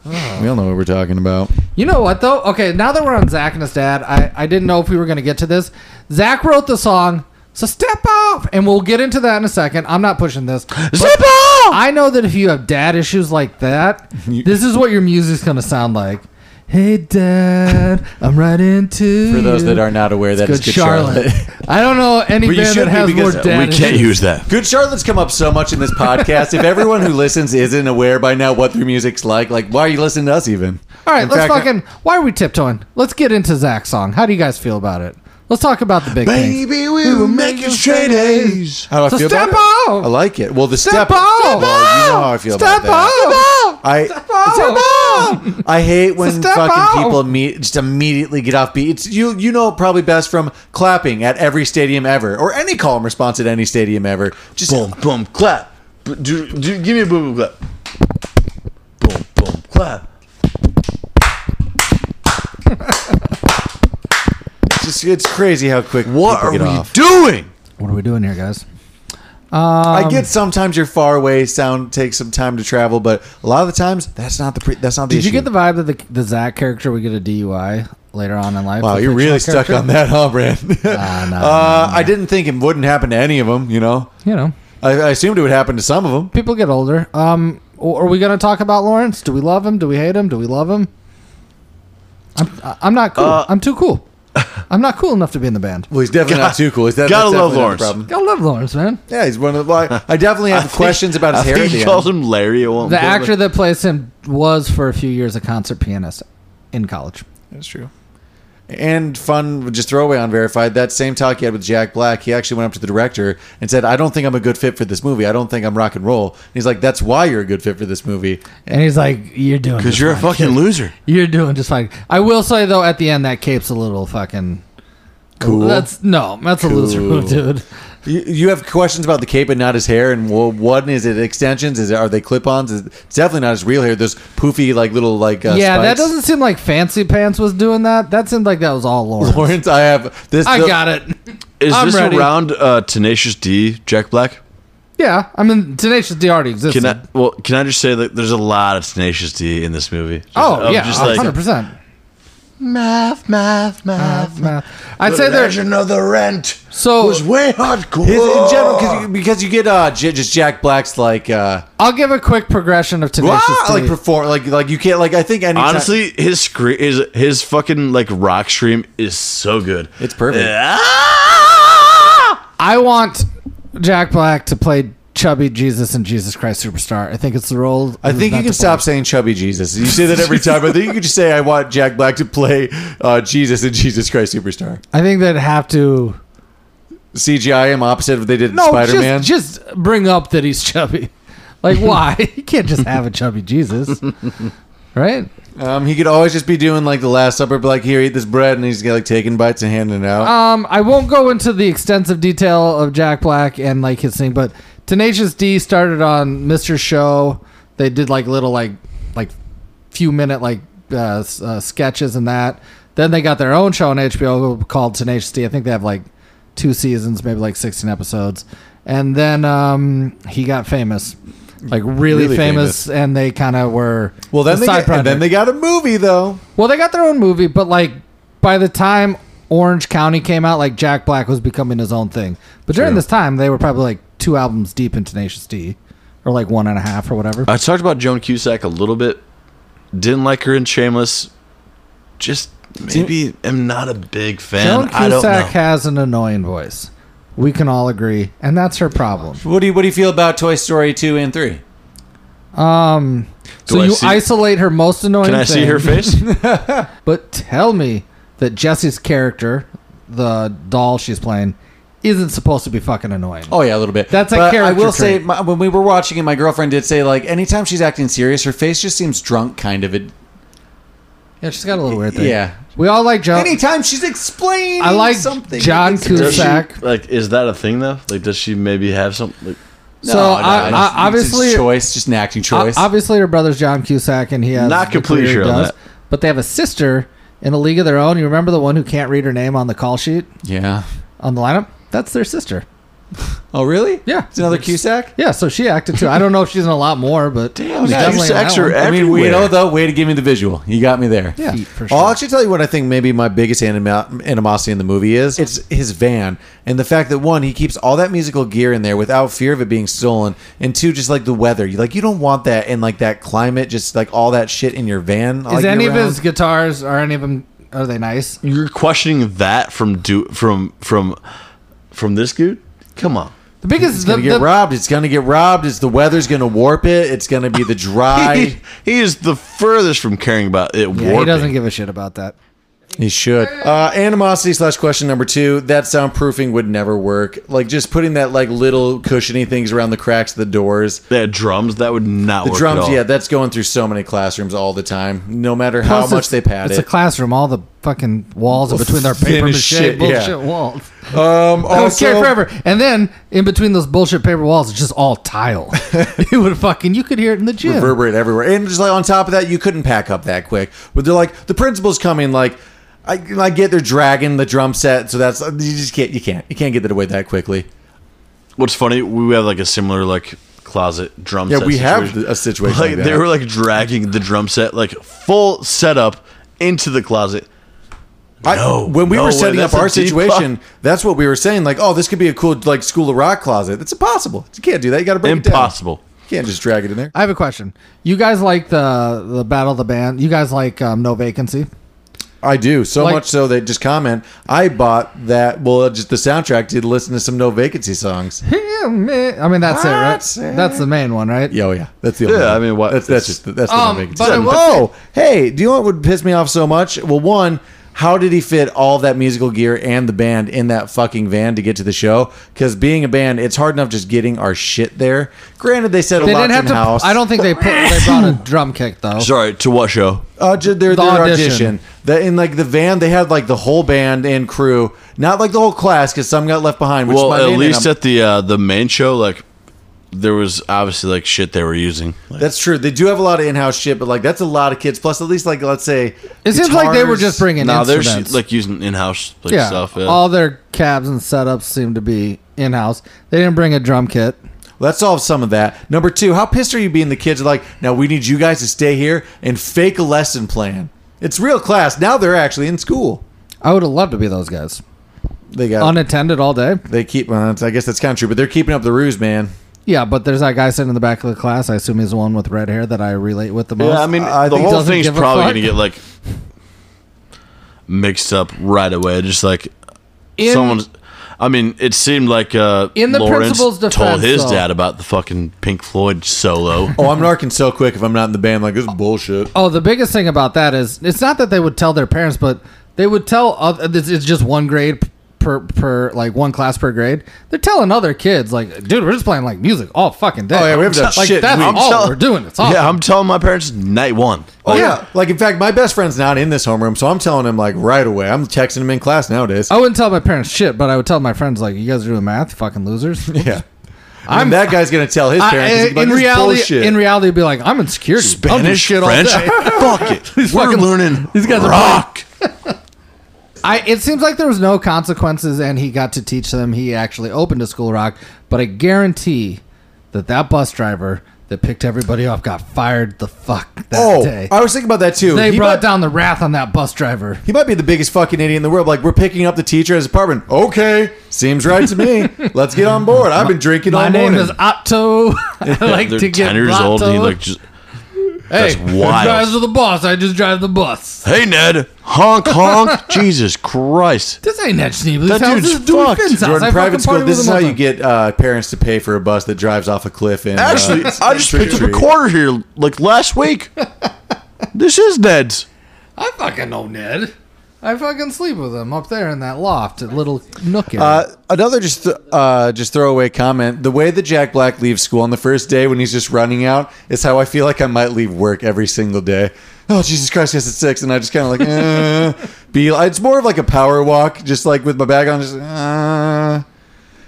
Speaker 4: Oh.
Speaker 2: you. We all know what we're talking about.
Speaker 4: You know what though? Okay, now that we're on Zach and his dad, I, I didn't know if we were gonna get to this. Zach wrote the song, so step off, and we'll get into that in a second. I'm not pushing this. Step off! I know that if you have dad issues like that, this is what your music's gonna sound like. Hey dad, I'm right into
Speaker 2: For those
Speaker 4: you.
Speaker 2: that are not aware, that
Speaker 4: Good
Speaker 2: is Good Charlotte.
Speaker 4: I don't know any
Speaker 2: Well, you
Speaker 4: band
Speaker 2: should
Speaker 4: that
Speaker 2: be
Speaker 4: has more
Speaker 2: because
Speaker 4: dad.
Speaker 3: we can't
Speaker 4: issues.
Speaker 3: use that.
Speaker 2: Good Charlotte's come up so much in this podcast. if everyone who listens isn't aware by now what their music's like, like why are you listening to us even?
Speaker 4: All right,
Speaker 2: In
Speaker 4: let's
Speaker 2: fact,
Speaker 4: fucking. Why are we tiptoeing? Let's get into Zach's song. How do you guys feel about it? Let's talk about the big things.
Speaker 2: Baby, we will make you straight A's. How do I
Speaker 4: So
Speaker 2: feel
Speaker 4: step
Speaker 2: about
Speaker 4: out.
Speaker 2: it? I like it. Well, the step,
Speaker 4: Step out.
Speaker 2: Well, you know how I feel
Speaker 4: Step
Speaker 2: about that.
Speaker 4: out!
Speaker 2: I I hate when
Speaker 4: step
Speaker 2: fucking
Speaker 4: out.
Speaker 2: people imme- just immediately get off beat. It's, you you know probably best from clapping at every stadium ever or any call and response at any stadium ever. Just
Speaker 3: boom, boom, clap. B- Do, do, give me a boom, boom, clap. Boom, boom, clap.
Speaker 2: just it's crazy how quick
Speaker 3: What
Speaker 2: people
Speaker 3: are
Speaker 2: get
Speaker 3: we
Speaker 2: off.
Speaker 3: doing?
Speaker 4: What are we doing here, guys? Um,
Speaker 2: I get sometimes you're far away. Sound takes some time to travel, but a lot of the times that's not the pre- that's not the
Speaker 4: Did you
Speaker 2: issue.
Speaker 4: get the vibe that the, the Zach character would get a DUI later on in life?
Speaker 2: wow,
Speaker 4: The
Speaker 2: you're really
Speaker 4: fictional
Speaker 2: stuck
Speaker 4: character?
Speaker 2: on that, huh, Brand?
Speaker 4: Ah, no,
Speaker 2: uh, I didn't think it wouldn't happen to any of them. You know,
Speaker 4: you know,
Speaker 2: I, I assumed it would happen to some of them.
Speaker 4: people get older. Um, o- are we gonna talk about Lawrence? Do we love him? Do we hate him? Do we love him? I'm I- I'm not cool.
Speaker 2: Uh,
Speaker 4: I'm too cool. I'm not cool enough to be in the band.
Speaker 2: Well, he's definitely not too cool. He's that,
Speaker 3: Gotta
Speaker 2: that's
Speaker 3: love
Speaker 2: definitely not
Speaker 3: Lawrence.
Speaker 2: the problem.
Speaker 4: Gotta love Lawrence, man.
Speaker 2: Yeah, he's one of the. Well, I definitely have questions about his
Speaker 3: I
Speaker 2: hair.
Speaker 3: Think
Speaker 2: at
Speaker 3: he
Speaker 2: the
Speaker 3: calls
Speaker 2: end.
Speaker 3: him Larry. At one
Speaker 4: The
Speaker 3: point, like-
Speaker 4: actor that plays him was for a few years a concert pianist in college.
Speaker 2: That's true. And fun, just throwaway on verified. That same talk he had with Jack Black, he actually went up to the director and said, "I don't think I'm a good fit for this movie. I don't think I'm rock and roll." And he's like, "That's why you're a good fit for this movie."
Speaker 4: And he's like, "You're doing
Speaker 3: Because
Speaker 4: just
Speaker 3: you're a
Speaker 4: fine,
Speaker 3: fucking
Speaker 4: kid.
Speaker 3: loser.
Speaker 4: You're doing just fine." I will say though, at the end, that cape's a little fucking.
Speaker 2: cool.
Speaker 4: That's no, that's a loser move, dude.
Speaker 2: You, you have questions about the cape and not his hair, and wha- what is it? Extensions? Is it, are they clip-ons? Is, it's definitely not his real hair. Those poofy, like little, like uh,
Speaker 4: yeah, that
Speaker 2: spikes.
Speaker 4: doesn't seem like Fancy Pants was doing that. That seemed like that was all Lawrence.
Speaker 2: Lawrence, I have this.
Speaker 4: I
Speaker 2: the-
Speaker 4: got it.
Speaker 3: Is
Speaker 4: I'm
Speaker 3: this
Speaker 4: ready.
Speaker 3: around uh, Tenacious D, Jack Black?
Speaker 4: Yeah, I mean Tenacious D already existed.
Speaker 3: Can I, well, can I just say that there's a lot of Tenacious D in this movie? Just-
Speaker 4: oh
Speaker 3: I'm
Speaker 4: yeah,
Speaker 3: just
Speaker 4: hundred
Speaker 3: like
Speaker 4: percent.
Speaker 7: Math, math, math, math.
Speaker 4: I'd say there's
Speaker 7: another rent.
Speaker 4: So
Speaker 7: was way hardcore.
Speaker 2: His, in general, cause you, because you get uh, j- just Jack Black's like uh,
Speaker 4: I'll give a quick progression of Tenacious
Speaker 2: ah,
Speaker 4: D.
Speaker 2: like perform like like you can't like I think any
Speaker 3: honestly, his scre- his his fucking like rock stream is so good. Ah! It's
Speaker 2: perfect.
Speaker 4: I want Jack Black to play chubby Jesus and Jesus Christ Superstar. I think it's the role.
Speaker 2: I think you can stop saying chubby Jesus. You say that every time. I think you could just say I want Jack Black to play uh, Jesus in Jesus Christ Superstar.
Speaker 4: I think they'd have to
Speaker 2: CGI him opposite of what they did in
Speaker 4: no
Speaker 2: Spider Man.
Speaker 4: Just, just bring up that he's chubby. Like why? you can't just have a chubby Jesus, right?
Speaker 2: Um, he could always just be doing like the Last Supper, but like here, eat this bread, and he's like taking bites and handing it out.
Speaker 4: Um, I won't go into the extensive detail of Jack Black and like his thing, but Tenacious D started on Mr. Show. They did like little like like few minute like uh, s- uh, sketches and that. Then they got their own show on HBO called Tenacious D. I think they have like two seasons, maybe like sixteen episodes. And then um, he got famous, like really,
Speaker 2: Really
Speaker 4: famous,
Speaker 2: famous.
Speaker 4: and they kind of were
Speaker 2: well, then
Speaker 4: a
Speaker 2: they
Speaker 4: side
Speaker 2: get, and
Speaker 4: project.
Speaker 2: then they got a movie though.
Speaker 4: Well, they got their own movie, but like by the time Orange County came out, like Jack Black was becoming his own thing. But during
Speaker 3: True.
Speaker 4: this time, they were probably like two albums deep in Tenacious D, or like one and a half or whatever.
Speaker 3: I talked about Joan Cusack a little bit. Didn't like her in Shameless. Just maybe am not a big fan.
Speaker 4: Joan
Speaker 3: I don't
Speaker 4: Cusack
Speaker 3: know.
Speaker 4: has an annoying voice. We can all agree, and that's her problem.
Speaker 2: What do you What do you feel about Toy Story two and three?
Speaker 4: Um,
Speaker 2: Do
Speaker 4: so
Speaker 2: I
Speaker 4: you
Speaker 2: see-
Speaker 4: isolate her most annoying.
Speaker 3: Can I see
Speaker 4: thing,
Speaker 3: her face?
Speaker 4: but tell me that Jesse's character, the doll she's playing, isn't supposed to be fucking annoying.
Speaker 2: Oh yeah, a little bit.
Speaker 4: That's a
Speaker 2: But I
Speaker 4: character
Speaker 2: will say,
Speaker 4: trait.
Speaker 2: my, when we were watching it, my girlfriend did say like, anytime she's acting serious, her face just seems drunk, kind of. It,
Speaker 4: Yeah, she's got a little weird thing.
Speaker 2: Yeah.
Speaker 4: we all like Joan.
Speaker 2: Anytime she's explaining,
Speaker 4: Uh, I like
Speaker 2: something.
Speaker 4: John
Speaker 2: it's-
Speaker 3: Does she-
Speaker 4: Cusack.
Speaker 3: like, is that a thing though? Like, does she maybe have some? Like,
Speaker 4: So I,
Speaker 2: Oh, no,
Speaker 4: I-
Speaker 2: it's just
Speaker 4: obviously,
Speaker 2: choice, just an acting choice.
Speaker 4: o- obviously, her brother's John Cusack, and he has
Speaker 3: Not
Speaker 4: the
Speaker 3: completely sure
Speaker 4: career he
Speaker 3: on
Speaker 4: does.
Speaker 3: that.
Speaker 4: But they have a sister in a league of their own. You remember the one who can't read her name on the call sheet
Speaker 2: yeah.
Speaker 4: on the lineup? That's their sister.
Speaker 2: Oh really?
Speaker 4: Yeah,
Speaker 2: It's another Cusack.
Speaker 4: Yeah, so she acted too. I don't know if she's in a lot more, but
Speaker 3: Damn,
Speaker 4: she's
Speaker 3: yeah,
Speaker 4: definitely in that
Speaker 3: Cusack's her
Speaker 4: one.
Speaker 3: ex-
Speaker 2: I mean, we
Speaker 3: Everywhere.
Speaker 2: know though. Way to give me the visual. You got me there.
Speaker 4: Yeah, for sure.
Speaker 2: I'll actually tell you what I think maybe my biggest anima- animosity in the movie is. It's his van and the fact that one, he keeps all that musical gear in there without fear of it being stolen, and two, just like the weather. You like you don't want that in like that climate, just like all that shit in your van.
Speaker 4: Is any of his guitars? Are any of them? Are they nice?
Speaker 3: You're questioning that from do from from from this dude? Come on.
Speaker 4: The biggest
Speaker 2: It's gonna
Speaker 4: the-
Speaker 2: get
Speaker 4: the-
Speaker 2: robbed. It's gonna get robbed. It's the weather's gonna warp it. It's gonna be the dry.
Speaker 3: He, he is the furthest from caring about it.
Speaker 4: Yeah, he doesn't give a shit about that.
Speaker 2: He should. Uh, animosity slash question number two. That soundproofing would never work. Like just putting that like little cushiony things around the cracks of the doors.
Speaker 3: The drums that would not
Speaker 2: The
Speaker 3: work at
Speaker 2: drums,
Speaker 3: all.
Speaker 2: yeah, that's going through so many classrooms all the time. No matter
Speaker 4: Plus,
Speaker 2: how
Speaker 4: it's-
Speaker 2: much they pad
Speaker 4: It's
Speaker 2: it.
Speaker 4: a classroom. All the fucking walls are between their
Speaker 2: thin
Speaker 4: paper
Speaker 2: as
Speaker 4: mache
Speaker 2: shit, yeah.
Speaker 4: bullshit walls.
Speaker 2: um,
Speaker 4: I was
Speaker 2: also,
Speaker 4: scared forever. And then in between those bullshit paper walls, it's just all tile. you would fucking you could hear it in the gym.
Speaker 2: reverberate everywhere. And just like on top of that, you couldn't pack up that quick. But they're like the principal's coming. Like I, I get they're dragging the drum set, so that's you just can't you can't you can't get that away that quickly.
Speaker 3: What's funny, we have like a similar like closet drum
Speaker 2: Yeah,
Speaker 3: set.
Speaker 2: we have
Speaker 3: situation.
Speaker 2: a situation
Speaker 3: Like,
Speaker 2: like that.
Speaker 3: they were like dragging the drum set like full setup into the closet.
Speaker 2: I,
Speaker 3: No,
Speaker 2: when we
Speaker 3: no
Speaker 2: were
Speaker 3: way,
Speaker 2: setting up
Speaker 3: that's a
Speaker 2: our
Speaker 3: deep
Speaker 2: situation, that's what we were saying. Like, oh, this could be a cool like school of rock closet. It's impossible. You can't do that. You got to break
Speaker 3: Impossible.
Speaker 2: it down. You can't just drag it in there.
Speaker 4: I have a question. You guys like the the battle of the band? You guys like um, no vacancy?
Speaker 2: I do so
Speaker 4: Like-
Speaker 2: much so they just comment. I bought that. Well, just the soundtrack to listen to some No Vacancy songs.
Speaker 4: Yeah, meh. I mean that's
Speaker 2: That's
Speaker 4: it,
Speaker 2: it.
Speaker 4: right? That's the main one, right?
Speaker 2: Yeah, oh yeah, that's the
Speaker 3: Yeah,
Speaker 2: only. one.
Speaker 3: I mean, what-
Speaker 2: That's that's just that's the
Speaker 4: Um,
Speaker 2: No Vacancy.
Speaker 4: but I
Speaker 2: song.
Speaker 4: will-
Speaker 2: oh, hey, do you know what would piss me off so much? Well, one. How did he fit all that musical gear and the band in that fucking van to get to the show? Because being a band, it's hard enough just getting our shit there. Granted, they said a
Speaker 4: They
Speaker 2: lot
Speaker 4: didn't
Speaker 2: in
Speaker 4: have to.
Speaker 2: house.
Speaker 4: I don't think they put, they brought a drum kick though.
Speaker 3: Sorry, to what show?
Speaker 2: Uh, ju- their,
Speaker 4: The
Speaker 2: their
Speaker 4: audition.
Speaker 2: audition. That in like the van, they had like the whole band and crew, not like the whole class, because some got left behind. Which is
Speaker 3: well,
Speaker 2: my
Speaker 3: at
Speaker 2: main
Speaker 3: least
Speaker 2: thing.
Speaker 3: at the uh, the main show, like there was obviously like shit they were using. Like,
Speaker 2: that's true. They do have a lot of in-house shit, but like that's a lot of kids. Plus, at least like let's say
Speaker 4: It seems like they were just bringing
Speaker 3: no, they're
Speaker 4: instruments.
Speaker 3: like using in house like
Speaker 4: yeah,
Speaker 3: stuff. Yeah.
Speaker 4: all their cabs and setups seem to be in house. They didn't bring a drum kit.
Speaker 2: Let's solve some of that. Number two, how pissed are you being the kids are like, now we need you guys to stay here and fake a lesson plan? It's real class. Now they're actually in school.
Speaker 4: I would have loved to be those guys.
Speaker 2: They got
Speaker 4: unattended all day.
Speaker 2: They keep. Well, that's- I guess that's kind of true, but they're keeping up the ruse, man.
Speaker 4: Yeah, but there's that guy sitting in the back of the class. I assume he's the one with red hair that I relate with the most.
Speaker 3: yeah, I mean, the
Speaker 4: He
Speaker 3: whole
Speaker 4: doesn't
Speaker 3: thing's
Speaker 4: give a
Speaker 3: probably
Speaker 4: fuck.
Speaker 3: gonna get like mixed up right away. Just like
Speaker 4: In-
Speaker 3: someone's. I mean, it seemed like uh,
Speaker 4: In the
Speaker 3: Lawrence
Speaker 4: principal's defense,
Speaker 3: told his
Speaker 4: though-
Speaker 3: dad about the fucking Pink Floyd solo.
Speaker 2: Oh, I'm narking so quick if I'm not in the band. Like this is bullshit.
Speaker 4: Oh, the biggest thing about that is it's not that they would tell their parents, but they would tell. Other, this is just one grade per per like one class per grade. They're telling other kids like, dude, we're just playing like music all fucking day.
Speaker 3: Oh, yeah, we haven't done
Speaker 4: like,
Speaker 3: shit in
Speaker 4: That's
Speaker 3: weeks.
Speaker 4: all
Speaker 3: I'm tell-
Speaker 4: we're doing. It's awesome.
Speaker 3: yeah, I'm telling my parents night one.
Speaker 2: Oh yeah. Like in fact, my best friend's not in this homeroom, so I'm telling him like right away. I'm texting him in class nowadays.
Speaker 4: I wouldn't tell my parents shit, but I would tell my friends like, you guys are doing math, you fucking losers.
Speaker 2: Yeah. I mean, that guy's gonna tell his
Speaker 4: I-
Speaker 2: parents. he's
Speaker 4: in,
Speaker 2: like, "This is
Speaker 4: reality,
Speaker 2: bullshit."
Speaker 4: in reality, it'd be like, I'm in security. I'll do
Speaker 3: Spanish,
Speaker 4: shit all
Speaker 3: French,
Speaker 4: day.
Speaker 3: fuck it.
Speaker 4: These
Speaker 3: We're
Speaker 4: fucking-
Speaker 3: learning
Speaker 4: these guys are
Speaker 3: rock.
Speaker 4: I it seems like there was no consequences, and he got to teach them. He actually opened a school rock, but I guarantee that that bus driver that picked everybody off got fired the fuck that
Speaker 2: oh,
Speaker 4: day.
Speaker 2: I was thinking about that too.
Speaker 4: they
Speaker 2: He
Speaker 4: brought
Speaker 2: might-
Speaker 4: down the wrath on that bus driver.
Speaker 2: He might be the biggest fucking idiot in the world. Like, we're picking up the teacher at his apartment. Okay, seems right to me. Let's get on board. I've been drinking
Speaker 4: My
Speaker 2: all
Speaker 4: name
Speaker 2: morning.
Speaker 4: is Otto. I like
Speaker 3: They're
Speaker 4: to get
Speaker 3: ten years old, and he
Speaker 4: Otto.
Speaker 3: like just
Speaker 4: hey,
Speaker 3: that's wild.
Speaker 4: drives with the boss. I just drive the bus.
Speaker 3: Hey Ned, honk honk. Jesus Christ!
Speaker 4: This ain't Ned Schneebly's
Speaker 3: That
Speaker 4: house.
Speaker 3: dude's
Speaker 4: This is Dewey
Speaker 3: fucked.
Speaker 4: Finn's house.
Speaker 2: You're
Speaker 4: I
Speaker 2: in private
Speaker 4: fucking
Speaker 2: school.
Speaker 4: party
Speaker 2: This
Speaker 4: with
Speaker 2: is
Speaker 4: him
Speaker 2: how
Speaker 4: all
Speaker 2: you
Speaker 4: the
Speaker 2: get uh, parents to pay for a bus that drives off a cliff. And uh,
Speaker 3: Actually, I just picked up a quarter here like last week. this is Ned's.
Speaker 4: I fucking know Ned. I fucking sleep with him up there in that loft, at little nook area.
Speaker 2: Uh, another just th- uh, just throwaway comment. The way that Jack Black leaves school on the first day when he's just running out is how I feel like I might leave work every single day. Oh Jesus Christ, yes it's six, and I just kind of like eh. be. It's more of like a power walk, just like with my bag on. Just uh,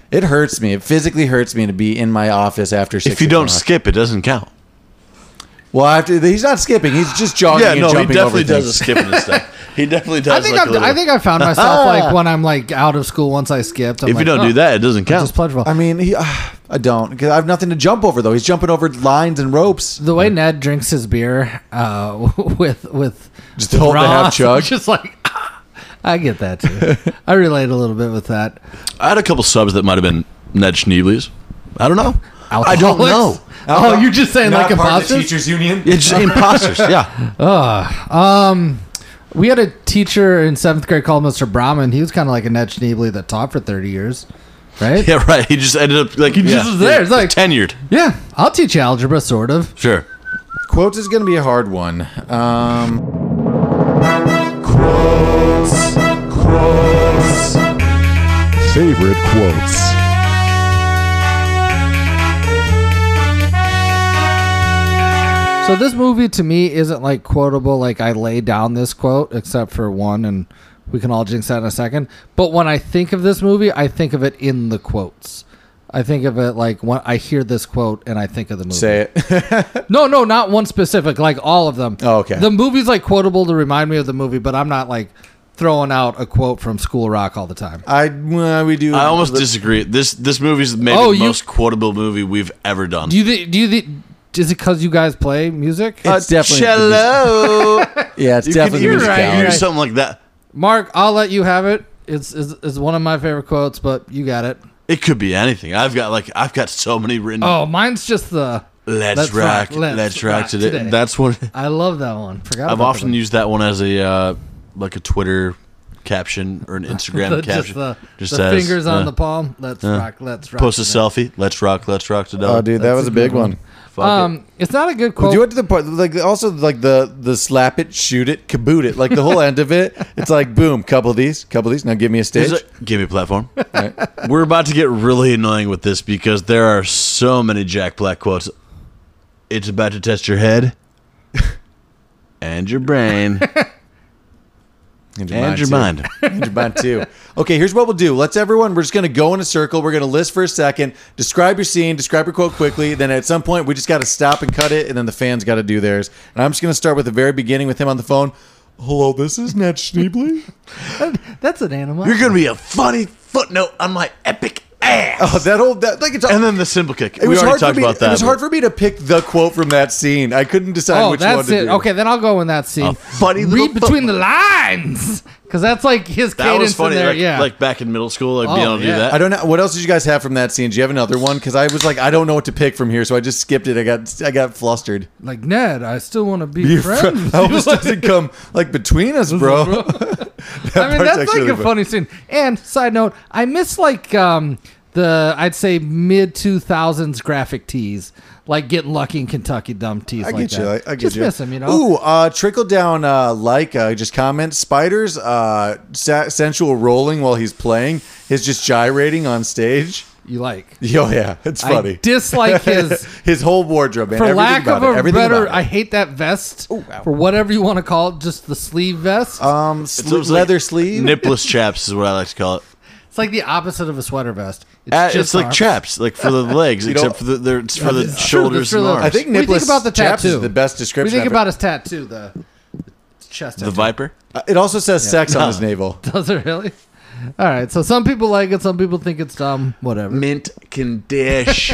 Speaker 2: it hurts me. It physically hurts me to be in my office after six.
Speaker 3: If you don't
Speaker 2: o'clock.
Speaker 3: skip, it doesn't count.
Speaker 2: well, after he's not skipping. He's just jogging.
Speaker 3: yeah,
Speaker 2: and
Speaker 3: no, he
Speaker 2: jumping over
Speaker 3: definitely does a
Speaker 2: things.
Speaker 3: skip and stuff. He definitely does.
Speaker 4: I think
Speaker 3: like a
Speaker 4: I've,
Speaker 3: little-
Speaker 4: I think I found myself like when I'm like out of school once I skipped. I'm
Speaker 3: If you
Speaker 4: like,
Speaker 3: don't
Speaker 4: oh,
Speaker 3: do that, it doesn't count.
Speaker 4: just pledge ball.
Speaker 2: I mean, he, ah, I don't because I have nothing to jump over though. He's jumping over lines and ropes.
Speaker 4: The way Ned drinks his beer uh, with with
Speaker 2: Just hold the half
Speaker 4: Ross,
Speaker 2: chug.
Speaker 4: just like "Ah, I get that too. I relate a little bit with that.
Speaker 3: I had a couple subs that might have been Ned Schneebly's. I don't know. I don't
Speaker 4: Alcoholics?
Speaker 3: know.
Speaker 4: Oh, you're just saying like
Speaker 2: part of the
Speaker 4: imposters.
Speaker 2: teachers union.
Speaker 3: It's just imposters. Yeah.
Speaker 4: Ugh. um, we had a teacher in seventh grade called Mr. Brahman. He was kind of like a Ned Schneebly that taught for thirty years, right?
Speaker 3: Yeah, right. He just ended up like
Speaker 4: He just
Speaker 3: yeah,
Speaker 4: was there. It's like-
Speaker 3: tenured.
Speaker 4: yeah, I'll teach you algebra, sort of.
Speaker 3: Sure.
Speaker 2: Quotes is going to be a hard one. Um, quotes, quotes.
Speaker 1: Favorite quotes.
Speaker 4: So this movie to me isn't like quotable. Like I lay down this quote, except for one, and we can all jinx that in a second. But when I think of this movie, I think of it in the quotes. I think of it like when I hear this quote and I think of the movie.
Speaker 2: Say it.
Speaker 4: No, no, not one specific. Like all of them.
Speaker 2: Oh, okay.
Speaker 4: The movie's like quotable to remind me of the movie, but I'm not like throwing out a quote from School Rock all the time.
Speaker 2: I well, we do.
Speaker 3: I almost disagree. This this movie's maybe
Speaker 4: Oh,
Speaker 3: the
Speaker 4: you-
Speaker 3: most quotable movie we've ever done.
Speaker 4: Do you thi- do you thi- is it because you guys play music?
Speaker 2: It's definitely.
Speaker 3: Cello.
Speaker 2: Yeah, it's
Speaker 3: you could
Speaker 2: definitely.
Speaker 3: you
Speaker 2: musicality.
Speaker 3: could
Speaker 4: right, you're
Speaker 3: do
Speaker 4: right.
Speaker 3: something like that.
Speaker 4: Mark, I'll let you have it. It's is is one of my favorite quotes, but you got it.
Speaker 3: It could be anything. I've got like I've got so many written.
Speaker 4: Oh, mine's just the.
Speaker 3: let's,
Speaker 4: let's
Speaker 3: rock,
Speaker 4: rock, let's
Speaker 3: let's rock,
Speaker 4: rock
Speaker 3: today.
Speaker 4: today.
Speaker 3: That's what
Speaker 4: I love that one. Forgot.
Speaker 3: I've
Speaker 4: about
Speaker 3: often
Speaker 4: that
Speaker 3: used that one as a uh, like a Twitter caption or an Instagram
Speaker 4: one. The-
Speaker 3: caption.
Speaker 4: Just the,
Speaker 3: Just
Speaker 4: the
Speaker 3: says,
Speaker 4: fingers
Speaker 3: uh,
Speaker 4: on the palm. Let's
Speaker 3: uh,
Speaker 4: rock. Let's rock.
Speaker 3: Post a
Speaker 4: today.
Speaker 3: selfie. Let's rock. Let's rock today.
Speaker 2: Oh, dude, that was a big one.
Speaker 3: Fuck it.
Speaker 4: Um, it's not a good
Speaker 2: Well,
Speaker 4: quote.
Speaker 2: do it to the part like also like the the slap it, shoot it, kaboot it, like the whole end of it. It's like boom, couple of these, couple of these. Now give me a
Speaker 3: He's
Speaker 2: stage.
Speaker 3: like, give me a platform.
Speaker 2: Right.
Speaker 3: We're about to get really annoying with this because there are so many Jack Black quotes. It's about to test your head and your brain
Speaker 2: And
Speaker 3: And your mind.
Speaker 2: too. and your mind too. Okay, here's what we'll do. Let's everyone. We're just gonna go in a circle. We're gonna list for a second. Describe your scene. Describe your quote quickly. Then at some point, we just got to stop and cut it, and then the fans got to do theirs. And I'm just gonna start with the very beginning with him on the phone. Hello, this is Ned Schneebly.
Speaker 4: That's an animal.
Speaker 3: You're gonna be a funny footnote on my epic ass.
Speaker 2: Oh, that old that like it's
Speaker 3: and then the simple kick.
Speaker 2: It
Speaker 3: we
Speaker 2: was
Speaker 3: already
Speaker 2: hard for
Speaker 3: talked
Speaker 2: me,
Speaker 3: about that.
Speaker 2: It was hard for me to pick the quote from that scene. I couldn't decide
Speaker 4: oh,
Speaker 2: which one
Speaker 4: that's
Speaker 2: to
Speaker 4: it.
Speaker 2: do.
Speaker 4: Okay, then I'll go in that scene.
Speaker 3: funny little
Speaker 4: Read between
Speaker 3: fo-
Speaker 4: the lines, because that's like his
Speaker 3: that
Speaker 4: cadence
Speaker 3: was funny.
Speaker 4: in there.
Speaker 3: like,
Speaker 4: yeah,
Speaker 3: like back in middle school, I'd be
Speaker 4: Oh,
Speaker 3: able to do
Speaker 4: yeah.
Speaker 3: that.
Speaker 2: I don't know what else did you guys have from that scene. Do you have another one? Because I was like, I don't know what to pick from here, so I just skipped it. I got I got flustered.
Speaker 4: like Ned. I still want to be
Speaker 2: Be fri-
Speaker 4: friends.
Speaker 2: I hope this doesn't come like between us, bro.
Speaker 4: I mean,
Speaker 2: part's
Speaker 4: that's
Speaker 2: actually
Speaker 4: like a
Speaker 2: really
Speaker 4: funny scene. And side note, I miss like um the I'd say mid two thousands graphic tees, like getting lucky in Kentucky dumb tees.
Speaker 2: I
Speaker 4: like
Speaker 2: get you. I,
Speaker 4: that.
Speaker 2: I get
Speaker 4: Just
Speaker 2: you.
Speaker 4: miss them, you know.
Speaker 2: Ooh, uh, trickle down uh, like uh, just comment. Spiders, uh, sa- sensual rolling while he's playing is just gyrating on stage.
Speaker 4: You like?
Speaker 2: Yo, yeah, it's
Speaker 4: I
Speaker 2: funny.
Speaker 4: dislike his-
Speaker 2: his whole wardrobe, man.
Speaker 4: for
Speaker 2: Everything
Speaker 4: lack
Speaker 2: about
Speaker 4: of
Speaker 2: it.
Speaker 4: a
Speaker 2: Everything
Speaker 4: better,
Speaker 2: about it.
Speaker 4: I hate that vest for whatever you want to call it, just the sleeve vest.
Speaker 2: Um,
Speaker 3: It's almost like
Speaker 2: leather sleeve,
Speaker 3: Nipless chaps is what I like to call it.
Speaker 4: it's like the opposite of a sweater vest. It's,
Speaker 3: Uh, It's,
Speaker 4: just
Speaker 3: like
Speaker 4: arm-
Speaker 3: chaps, like for the legs,
Speaker 2: You know-
Speaker 3: except for the they're- it's for the
Speaker 4: It's true,
Speaker 3: shoulders
Speaker 4: it's for
Speaker 3: and
Speaker 4: the-
Speaker 3: arms.
Speaker 2: I think
Speaker 4: What do you think
Speaker 2: Nicholas
Speaker 4: about the
Speaker 2: Chaps
Speaker 4: tattoo?
Speaker 2: is the best
Speaker 4: What do
Speaker 2: description.
Speaker 4: you think
Speaker 2: I've-
Speaker 4: about his tattoo? The chest.
Speaker 3: the viper.
Speaker 2: Uh, it also says sex on his navel.
Speaker 4: Does it really? All right. So some people like it. Some people think it's dumb. Whatever.
Speaker 3: Mint can dish.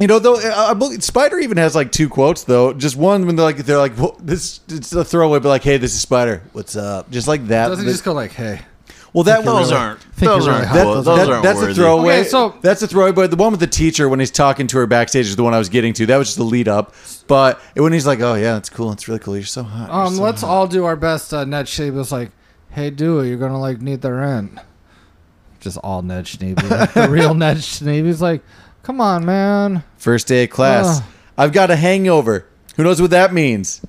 Speaker 2: You know, though, uh, I believe- Spider even has like two quotes though. Just one when they're like, they're like, "Whoa," this it's a throwaway, but like, hey, this is Spider. What's up? Just like that.
Speaker 4: Doesn't
Speaker 2: The-
Speaker 4: he just go like, "Hey"?
Speaker 2: well, that
Speaker 3: Those
Speaker 2: one-
Speaker 3: aren't.
Speaker 4: think
Speaker 3: Those
Speaker 4: you're
Speaker 3: aren't.
Speaker 4: really hot.
Speaker 3: quotes.
Speaker 2: That-
Speaker 3: Those aren't
Speaker 2: that's a
Speaker 3: worthy.
Speaker 2: throwaway.
Speaker 4: Okay, so-
Speaker 2: that's a throwaway. But the one with the teacher when he's talking to her backstage is the one I was getting to. That was just the lead up. But when he's like, "Oh yeah, that's cool. It's really cool. You're so hot." You're
Speaker 4: Um,
Speaker 2: so
Speaker 4: let's
Speaker 2: hot."
Speaker 4: all do our best." Uh, Ned Schneeble's like, "Hey, Dewey, you're gonna like need the rent." Just all Ned Schneeble. Like, the real Ned Schneeble's like, "Come on, man."
Speaker 2: First day of class.
Speaker 4: Ugh.
Speaker 2: I've got a hangover. Who knows what that means?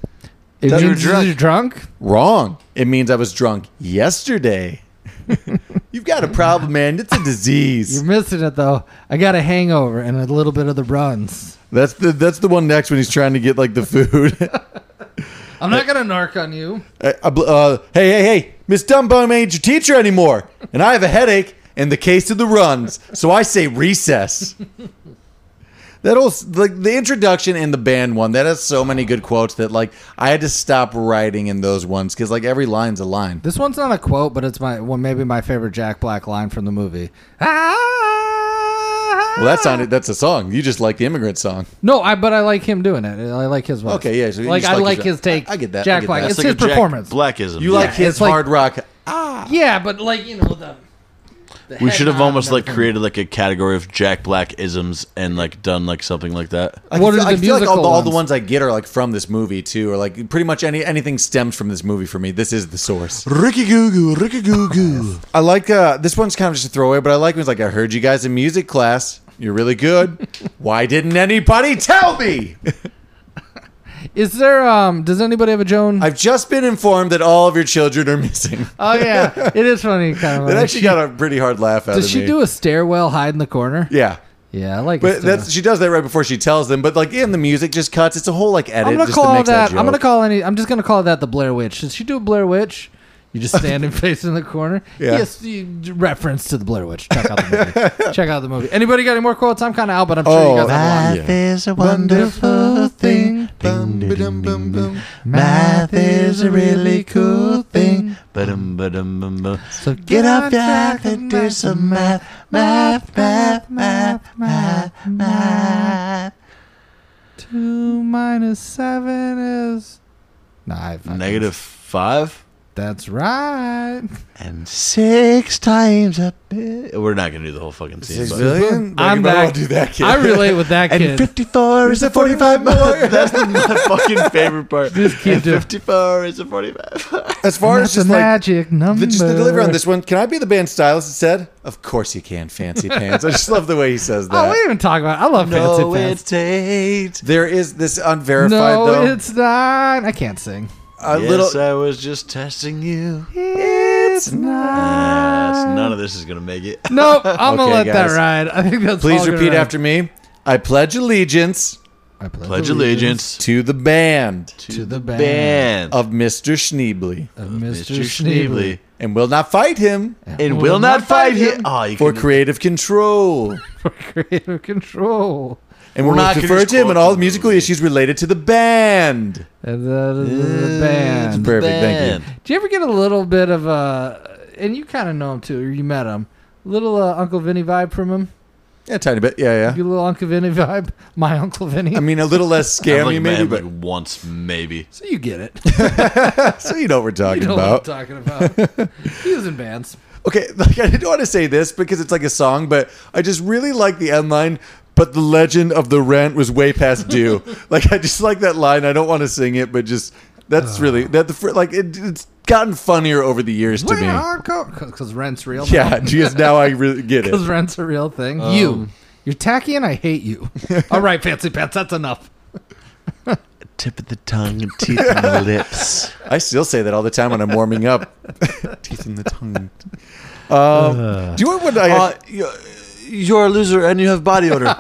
Speaker 4: If
Speaker 2: That-
Speaker 4: you're
Speaker 2: you're drunk.
Speaker 4: drunk. drunk,
Speaker 2: Wrong. It means I was drunk yesterday. You've got a problem, man. It's a disease.
Speaker 4: you're missing it though. I got a hangover and a little bit of the runs.
Speaker 2: That's the that's the one next when he's trying to get like the food.
Speaker 4: I'm not gonna narc on you.
Speaker 2: I- I bl- uh, hey, hey, hey, Miss Dumbum ain't your teacher anymore, and I have a headache and the case of the runs, so I say recess. That will like the introduction and the band one. That has so many good quotes that like I had to stop writing in those ones because like every line's a line.
Speaker 4: This one's not a quote, but it's my well, maybe my favorite Jack Black line from the movie. Ah!
Speaker 2: Well, that sounded that's a song. You just like the immigrant song.
Speaker 4: No, I but I like him doing it. I like his voice.
Speaker 2: Okay, yeah, so you
Speaker 4: like
Speaker 2: just
Speaker 4: I
Speaker 2: like
Speaker 4: like
Speaker 2: his-
Speaker 4: his take.
Speaker 2: I- I get that, I
Speaker 4: Jack
Speaker 2: get
Speaker 4: Black.
Speaker 2: that.
Speaker 4: It's
Speaker 3: That's like
Speaker 4: his
Speaker 3: a Jack
Speaker 4: performance.
Speaker 3: Blackism.
Speaker 2: You like his
Speaker 4: it's like-
Speaker 2: hard rock.
Speaker 4: Yeah, but like you know the. the
Speaker 3: We
Speaker 4: head
Speaker 3: should have
Speaker 4: nod
Speaker 3: almost
Speaker 4: and
Speaker 3: like
Speaker 4: everything.
Speaker 3: created like a category of Jack Black isms and like done like something like that.
Speaker 2: I
Speaker 4: What
Speaker 2: feel,
Speaker 4: are the
Speaker 2: I feel like all,
Speaker 4: musical
Speaker 2: the- all the ones
Speaker 4: ones?
Speaker 2: I get are like from this movie too, or like pretty much any anything stems from this movie for me. This is the source.
Speaker 3: Ricky Goo Goo, Ricky Goo Goo.
Speaker 2: I like uh, this one's kind of just a throwaway, but I like when it's like I heard you guys in music class. You're really good. Why didn't anybody tell me?
Speaker 4: Is there um? Does anybody have a Joan?
Speaker 2: I've just been informed that all of your children are missing.
Speaker 4: oh yeah, it is funny. Kind of.
Speaker 2: That
Speaker 4: like-
Speaker 2: actually got a pretty hard laugh out
Speaker 4: does
Speaker 2: of
Speaker 4: she
Speaker 2: me.
Speaker 4: do a stairwell hide in the corner?
Speaker 2: yeah.
Speaker 4: Yeah, I like.
Speaker 2: But that's she does that right before she tells them. But like in the music just cuts. It's a whole like edit.
Speaker 4: I'm gonna
Speaker 2: just to
Speaker 4: call
Speaker 2: make
Speaker 4: that. I'm gonna
Speaker 2: joke.
Speaker 4: call any. I'm just gonna call that the Blair Witch. Does she do a Blair Witch? You just stand and face in the corner.
Speaker 2: Yeah.
Speaker 4: Yes, you- reference to the Blair Witch. Check out the movie. Check out the movie. Anybody got any more quotes? I'm kind of out, but I'm sure you
Speaker 2: Oh,
Speaker 4: guys have a lot.
Speaker 2: yeah.
Speaker 7: is a
Speaker 4: Wonderful thing.
Speaker 2: Bum, ba-dum, bum, bum.
Speaker 4: Math is a really cool thing.
Speaker 3: Ba-dum, ba-dum, bum, bum.
Speaker 4: So get up, Jack, and do some math, math, math, math, math, math. Two minus seven is. Nah, I fucking-
Speaker 3: Negative five
Speaker 4: That's right.
Speaker 3: and six times a bit. We're not gonna do the whole fucking scene.
Speaker 2: Six
Speaker 3: but-
Speaker 2: billion? Like,
Speaker 4: I'm
Speaker 2: you better
Speaker 4: that-
Speaker 2: all do that, kid.
Speaker 4: I relate with that
Speaker 3: And
Speaker 4: kid.
Speaker 3: fifty-four is a forty-five more. That's the- my fucking favorite part.
Speaker 4: This kid
Speaker 3: And
Speaker 4: do-
Speaker 3: fifty-four is a forty-five.
Speaker 2: As far as
Speaker 4: That's a
Speaker 2: just like
Speaker 4: magic number.
Speaker 2: The, just the delivery on this one. Can I be the band stylist instead? Of course you can, Fancy Pants. I just love the way he says
Speaker 4: Oh,
Speaker 2: that.
Speaker 4: we even talk about. I love fancy pants.
Speaker 3: eight.
Speaker 2: there is this unverified
Speaker 4: no,
Speaker 2: though.
Speaker 4: it's not. I can't sing.
Speaker 2: a
Speaker 3: yes,
Speaker 2: little.
Speaker 3: I was just testing you.
Speaker 4: It's
Speaker 3: Yes,
Speaker 4: not.
Speaker 3: none of this is gonna make it.
Speaker 4: Nope, I'm gonna
Speaker 2: Okay,
Speaker 4: let
Speaker 2: guys.
Speaker 4: that ride. I think that's.
Speaker 2: please
Speaker 4: all gonna
Speaker 2: repeat
Speaker 4: ride.
Speaker 2: after me. I pledge allegiance
Speaker 4: I pledge,
Speaker 3: Pledge allegiance
Speaker 2: to the band,
Speaker 4: To the band.
Speaker 2: of Mr. Schneebly, of
Speaker 4: Mr. Schneebly.
Speaker 2: and will not fight him,
Speaker 4: And will not fight him.
Speaker 3: Oh, you
Speaker 2: for
Speaker 3: can-
Speaker 2: creative control,
Speaker 4: Creative control.
Speaker 2: and will
Speaker 4: Well,
Speaker 2: not
Speaker 4: can
Speaker 2: defer
Speaker 4: you
Speaker 2: to him in all musical issues related to the band.
Speaker 4: And that is the
Speaker 2: It's
Speaker 4: band.
Speaker 2: perfect. Thank you.
Speaker 4: Do you ever get a little bit of a, and you kind of know him too, or you met him, little uh, Uncle Vinny vibe from him?
Speaker 2: Yeah, tiny bit. Yeah, yeah.
Speaker 4: You little Uncle Vinny vibe? My Uncle Vinny?
Speaker 2: Uh. I mean, a little less
Speaker 3: I've only
Speaker 2: scammy,
Speaker 3: met
Speaker 2: maybe,
Speaker 3: him,
Speaker 2: but
Speaker 3: like once maybe.
Speaker 4: so you get it.
Speaker 2: so you know what we're talking
Speaker 4: you know
Speaker 2: about.
Speaker 4: what I'm talking about. he was in bands.
Speaker 2: Okay, like I didn't want to say this because it's like a song, but I just really like the end line. But the legend of the rent was way past due. like I just like that line. I don't want to sing it, but just that's really that the fir- like it, it's gotten funnier over the years to
Speaker 4: Way
Speaker 2: me.
Speaker 4: hardcore. Because rent's real.
Speaker 2: Yeah, because now I really get
Speaker 4: Because
Speaker 2: it.
Speaker 4: rent's a real thing.
Speaker 3: Um,
Speaker 4: you. You're tacky and I hate you. All right, Fancy Pants, that's enough.
Speaker 3: Tip of the tongue and teeth on the lips.
Speaker 2: I still say that all the time when I'm warming up. Teeth in the tongue. Um, do you want what I?
Speaker 3: Uh, you- you're a loser and you have body odor.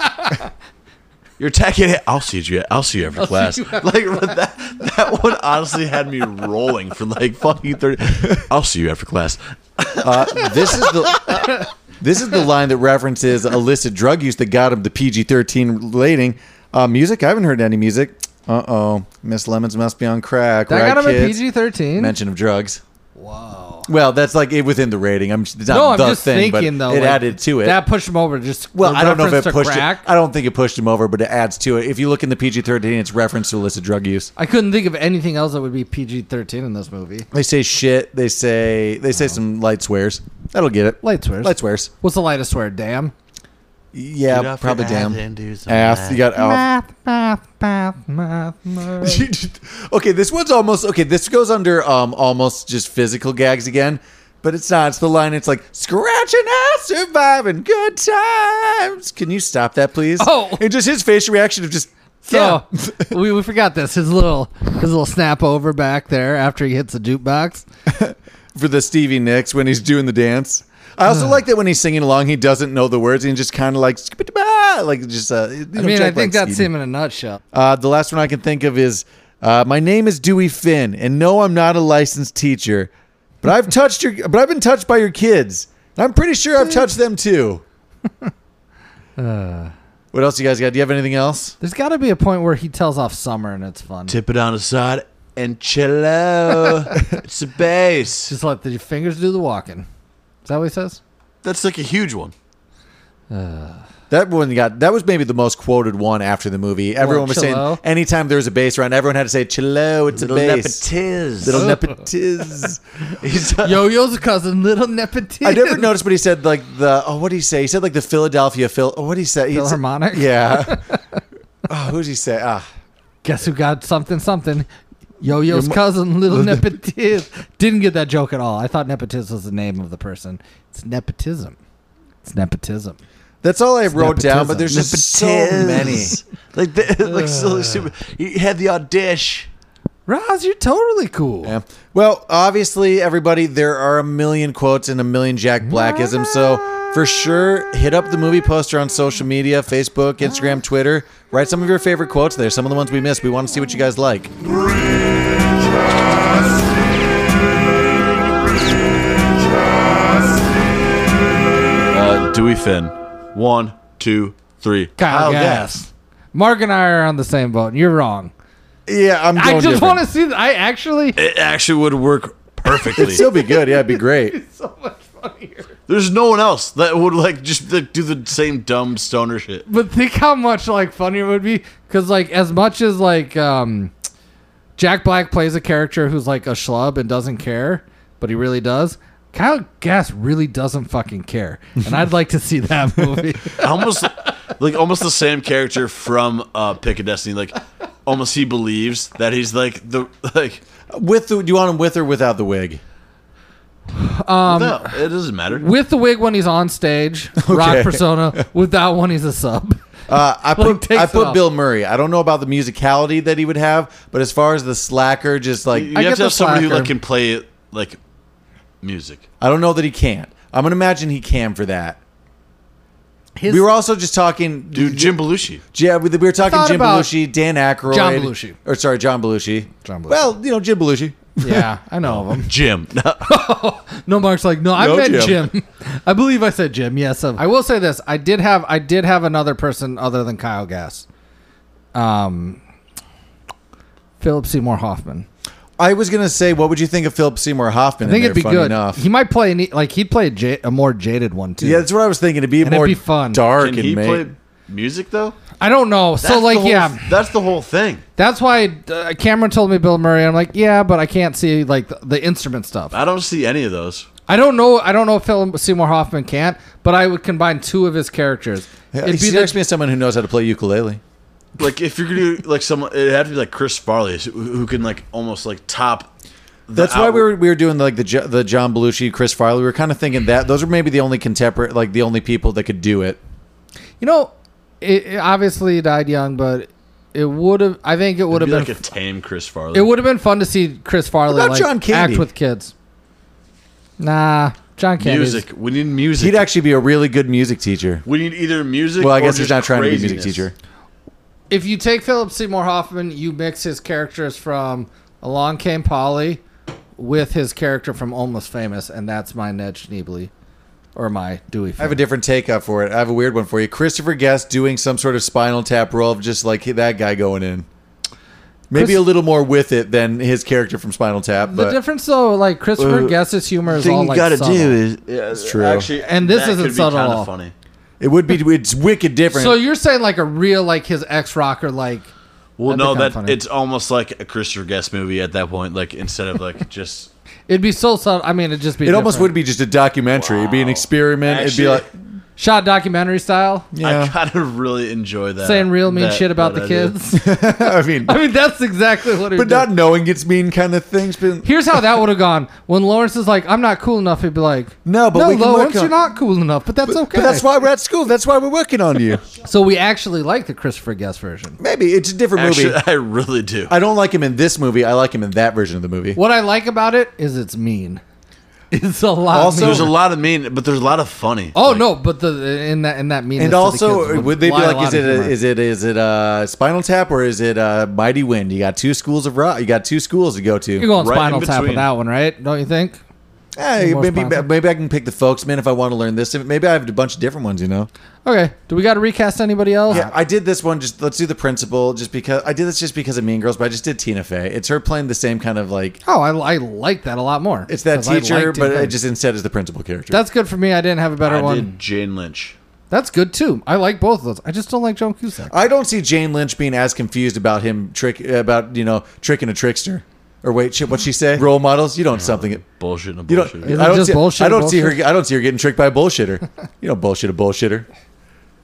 Speaker 3: You're attacking it. I'll see you. I'll see you after class.
Speaker 4: you after
Speaker 3: like that. That one honestly had me rolling for like fucking thirty. I'll see you after class.
Speaker 2: Uh, this is the this is the line that references illicit drug use that got him the PG thirteen rating. Uh, music, I haven't heard any music. Uh oh, Miss Lemons must be on crack.
Speaker 4: That
Speaker 2: right,
Speaker 4: got him a
Speaker 2: kids?
Speaker 4: PG 13.
Speaker 2: Mention of drugs. Wow. Well, that's like it within the rating. I'm it's not
Speaker 4: No, I'm
Speaker 2: the
Speaker 4: just
Speaker 2: thing,
Speaker 4: thinking
Speaker 2: but
Speaker 4: though.
Speaker 2: it
Speaker 4: like,
Speaker 2: added to it.
Speaker 4: That pushed him over. Just
Speaker 2: well,
Speaker 4: the
Speaker 2: I don't know if
Speaker 4: reference
Speaker 2: it
Speaker 4: to
Speaker 2: pushed
Speaker 4: crack.
Speaker 2: it. I don't think it pushed him over, but it adds to it. If you look in the PG thirteen, it's reference to illicit drug use.
Speaker 4: I couldn't think of anything else that would be PG thirteen in this movie.
Speaker 2: They say shit. They say they say some light swears. That'll get it.
Speaker 4: Light swears.
Speaker 2: Light swears.
Speaker 4: What's the lightest swear? Damn.
Speaker 3: Get
Speaker 2: Yeah,
Speaker 3: off
Speaker 2: probably
Speaker 3: your ass
Speaker 2: damn.
Speaker 3: and do some
Speaker 2: Ass. You got off.
Speaker 4: math, math, math, math.
Speaker 2: You just- okay, this one's almost okay. This goes under um almost just physical gags again, but it's not. It's the line. It's like scratching ass, surviving good times. Can you stop that, please?
Speaker 4: Oh.
Speaker 2: and just his facial reaction of just yeah.
Speaker 4: So we, we forgot this. His little his little snap over back there after he hits the jukebox.
Speaker 2: for the Stevie Nicks when he's doing the dance. I also like that when he's singing along, he doesn't know the words and he just kind of like "Skip-a-da-ba," like just uh. You know,
Speaker 4: I mean, I
Speaker 2: Jack Black
Speaker 4: think that's
Speaker 2: Stevie.
Speaker 4: him in a nutshell.
Speaker 2: Uh, the last one I can think of is uh, my name is Dewey Finn, and no, I'm not a licensed teacher, but I've touched your, but I've been touched by your kids, and I'm pretty sure I've touched them too.
Speaker 4: Uh.
Speaker 2: what else you guys got? Do you have anything else?
Speaker 4: There's got to be a point where he tells off Summer and it's fun.
Speaker 3: Tip it on the side and chill out. it's a bass.
Speaker 4: Just let the fingers do the walking. Is that what he says?
Speaker 3: That's like a huge one.
Speaker 2: That one got that was maybe the most quoted one after the movie. Everyone was saying
Speaker 4: Chilo?
Speaker 2: anytime there was a bass run, everyone had to say "Chilo, it's a bass."
Speaker 3: nepotiz.
Speaker 2: Little nepotiz. Oh. He's-
Speaker 4: Yo Yo's a cousin, little nepotism.
Speaker 2: Uh, I never noticed, but he said like the oh, what did he say? He said like the Philadelphia Phil. Oh, what did he say? He said-
Speaker 4: Philharmonic?
Speaker 2: yeah. oh, who did he say? Ah,
Speaker 4: Guess who got something something? Yo Yo's cousin, little nepotism. Didn't get that joke at all. I thought nepotism was the name of the person. It's nepotism. It's nepotism.
Speaker 2: that's all I wrote down. But
Speaker 4: nepotism.
Speaker 2: there's just so many.
Speaker 3: Nepotiz. like the, like so super. You had the audition.
Speaker 4: Roz, you're totally cool.
Speaker 2: Yeah. Well, obviously, everybody, there are a million quotes and a million Jack Blackisms. So for sure, hit up the movie poster on social media: Facebook, Instagram, Twitter. Write some of your favorite quotes there. Some of the ones we missed. We want to see what you guys like.
Speaker 3: Uh, Dewey Finn. One, two, three.
Speaker 4: Kyle Gass. Mark and I are on the same boat. You're wrong.
Speaker 2: Yeah, I'm. Going
Speaker 4: I just want to see. th- I actually.
Speaker 3: It actually would work perfectly.
Speaker 2: It'd still be good. Yeah, it'd be great.
Speaker 3: There's no one else that would like just like, do the same dumb stoner shit.
Speaker 4: But think how much like funnier it would be because like as much as like um, Jack Black plays a character who's like a schlub and doesn't care, but he really does. Kyle Gass really doesn't fucking care, and I'd like to see that movie.
Speaker 3: Almost like almost the same character from uh, Pick a Destiny. Like almost he believes that he's like the like.
Speaker 2: With the, do you want him with or without the wig?
Speaker 4: Um,
Speaker 3: no, it doesn't matter.
Speaker 4: With the wig when he's on stage, rock persona. Without one, he's a sub.
Speaker 2: Uh, I
Speaker 4: Like,
Speaker 2: put
Speaker 4: takes
Speaker 2: I
Speaker 4: it
Speaker 2: put
Speaker 4: off.
Speaker 2: Bill Murray. I don't know about the musicality that he would have, but as far as the slacker, just like
Speaker 3: you
Speaker 4: I
Speaker 3: have
Speaker 4: get
Speaker 3: to
Speaker 4: the
Speaker 3: have somebody who
Speaker 4: slacker.
Speaker 3: like can play like music.
Speaker 2: I don't know that he can't. I'm gonna imagine he can for that. we were also just talking, dude.
Speaker 3: Jim Belushi.
Speaker 2: Yeah, we, we were talking
Speaker 4: thought
Speaker 2: Jim
Speaker 4: about
Speaker 2: Belushi, Dan Aykroyd,
Speaker 4: John Belushi.
Speaker 2: or sorry, John Belushi.
Speaker 4: John Belushi.
Speaker 2: Well, you know Jim Belushi.
Speaker 4: Yeah, I know of him.
Speaker 3: Jim.
Speaker 4: No, Mark's like, no, I
Speaker 2: No,
Speaker 4: meant
Speaker 2: Jim.
Speaker 4: Jim. I believe I said Jim. Yes, I I will say this. I did have I did have another person other than Kyle Gass. Um, Philip Seymour Hoffman.
Speaker 2: I was gonna say, what would you think of Philip Seymour Hoffman?
Speaker 4: I think
Speaker 2: in there,
Speaker 4: it'd be
Speaker 2: funny
Speaker 4: good.
Speaker 2: Enough.
Speaker 4: He might play any, like he'd play a, ja- a more jaded one too.
Speaker 2: yeah, that's what I was thinking. It'd be
Speaker 4: And it'd
Speaker 2: more
Speaker 4: be fun.
Speaker 2: dark
Speaker 3: Can
Speaker 2: and
Speaker 3: he
Speaker 2: ma-
Speaker 3: play music though?
Speaker 4: I don't know.
Speaker 3: That's
Speaker 4: So
Speaker 3: the
Speaker 4: like
Speaker 3: whole-
Speaker 4: yeah,
Speaker 3: that's the whole thing.
Speaker 4: that's why uh, Cameron told me Bill Murray. I'm like yeah, but I can't see like the, the instrument stuff.
Speaker 3: I don't see any of those.
Speaker 4: I don't know. I don't know if Philip Seymour Hoffman can't, but I would combine two of his characters.
Speaker 2: Yeah,
Speaker 4: It'd
Speaker 2: he
Speaker 4: be
Speaker 2: strikes
Speaker 4: the,
Speaker 2: me as someone who knows how to play ukulele.
Speaker 3: Like if you're gonna do like someone, it had to be like Chris Farley, who, who can like almost like top. the
Speaker 2: That's why we
Speaker 3: out-
Speaker 2: were we were doing like the Jo- the John Belushi, Chris Farley. We were kind of thinking that those are maybe the only contemporary, like the only people that could do it.
Speaker 4: you know, it, it obviously died young, but it would have. I think it would
Speaker 3: It'd be
Speaker 4: have been.
Speaker 3: like a tame Chris Farley.
Speaker 4: it would have been fun to see Chris Farley
Speaker 2: about
Speaker 4: like
Speaker 2: John Candy?
Speaker 4: act with kids. Nah, John Candy.
Speaker 3: music. We need music.
Speaker 2: He'd actually be a really good music teacher.
Speaker 3: we need either music.
Speaker 2: Well, I
Speaker 3: or
Speaker 2: guess he's
Speaker 3: just
Speaker 2: not trying to be a music
Speaker 3: craziness.
Speaker 2: teacher.
Speaker 4: If you take Philip Seymour Hoffman, you mix his characters from Along Came Polly with his character from Almost Famous, and that's my Ned Schneebly, or my Dewey.
Speaker 2: I have a different take up for it. I have a weird one for you. Christopher Guest doing some sort of spinal tap role of just like that guy going in. Maybe
Speaker 4: Chris-
Speaker 2: a little more with it than his character from Spinal Tap,
Speaker 4: The
Speaker 2: but
Speaker 4: difference, though, like Christopher
Speaker 3: Uh,
Speaker 4: Guest's humor is
Speaker 3: thing
Speaker 4: all
Speaker 3: you
Speaker 4: like
Speaker 3: gotta
Speaker 4: subtle.
Speaker 3: do is yeah, it's
Speaker 2: true.
Speaker 3: Actually,
Speaker 4: And this
Speaker 3: that
Speaker 4: isn't
Speaker 3: could be
Speaker 4: subtle at
Speaker 3: kinda
Speaker 4: all.
Speaker 3: Funny.
Speaker 2: it would be it's wicked different.
Speaker 4: So you're saying like a real like his ex rocker like
Speaker 3: Well,
Speaker 4: That'd be
Speaker 3: no,
Speaker 4: kinda
Speaker 3: that
Speaker 4: funny.
Speaker 3: it's almost like a Christopher Guest movie at that point. Like instead of like just
Speaker 4: it'd be so subtle. I mean, it'd just be
Speaker 2: it almost would be just a documentary. It'd be an
Speaker 3: Wow.
Speaker 2: experiment.
Speaker 3: Actually,
Speaker 2: It'd be like
Speaker 4: shot documentary style,
Speaker 3: I
Speaker 2: yeah.
Speaker 3: kind of really enjoy that
Speaker 4: saying real mean
Speaker 3: that-
Speaker 4: shit about
Speaker 3: that
Speaker 4: the
Speaker 3: idea.
Speaker 4: kids.
Speaker 2: I mean,
Speaker 4: I mean, that's exactly what. it
Speaker 2: but
Speaker 4: would
Speaker 2: not
Speaker 4: do.
Speaker 2: knowing it's mean kind of things. But
Speaker 4: Here's how that would have gone. When Lawrence is like, "I'm not cool enough," he'd be like,
Speaker 2: No, but
Speaker 4: no,
Speaker 2: we can work
Speaker 4: Lawrence,
Speaker 2: on-
Speaker 4: you're not cool enough." But that's okay.
Speaker 2: But that's why we're at school. That's why we're working on you.
Speaker 4: So we actually like the Christopher Guest version.
Speaker 2: Maybe it's a different
Speaker 3: Actually,
Speaker 2: movie.
Speaker 3: I really do.
Speaker 2: I don't like him in this movie. I like him in that version of the movie.
Speaker 4: What I like about it is it's mean. It's a lot.
Speaker 3: also, there's a
Speaker 4: meaner.
Speaker 3: lot of mean, but there's a lot of funny.
Speaker 4: Oh
Speaker 3: Like,
Speaker 4: no, but the in that in that mean.
Speaker 2: And also, would, they be like, is it, a, is it is it uh Spinal Tap or is it uh Mighty Wind? You got two schools of rock. You got two schools to go to.
Speaker 4: You're going
Speaker 3: Right in
Speaker 4: Spinal Tap with
Speaker 3: between.
Speaker 4: that one, right? Don't you think?
Speaker 2: Hey,
Speaker 4: More
Speaker 2: maybe
Speaker 4: Spinal Tap.
Speaker 2: maybe I can pick the folksman if I want to learn this. Maybe I have a bunch of different ones. You know. Uh,
Speaker 4: Okay. Do we got to recast anybody else?
Speaker 2: Yeah, I did this one. Just let's do the principal. Just because I did this just because of Mean Girls, but I just did Tina Fey. It's her playing the same kind of like
Speaker 4: Oh, I, I like that a lot more.
Speaker 2: it's that
Speaker 4: 'Cause I
Speaker 2: teacher,
Speaker 4: liked it
Speaker 2: but
Speaker 4: then.
Speaker 2: it just instead is the principal character.
Speaker 4: that's good for me. I didn't have a better
Speaker 3: I
Speaker 4: one.
Speaker 3: did Jane Lynch.
Speaker 4: That's good too. I like both of those. I just don't like Joan Cusack.
Speaker 2: I don't see Jane Lynch being as confused about him trick about you know tricking a trickster or wait shit what she say role models you don't something
Speaker 3: Bullshit and
Speaker 2: you don't
Speaker 3: bullshit.
Speaker 4: Is it
Speaker 2: I don't
Speaker 4: just
Speaker 2: see
Speaker 4: bullshit,
Speaker 2: I don't see
Speaker 4: bullshit?
Speaker 2: her I don't see her getting tricked by a bullshitter you don't bullshit a bullshitter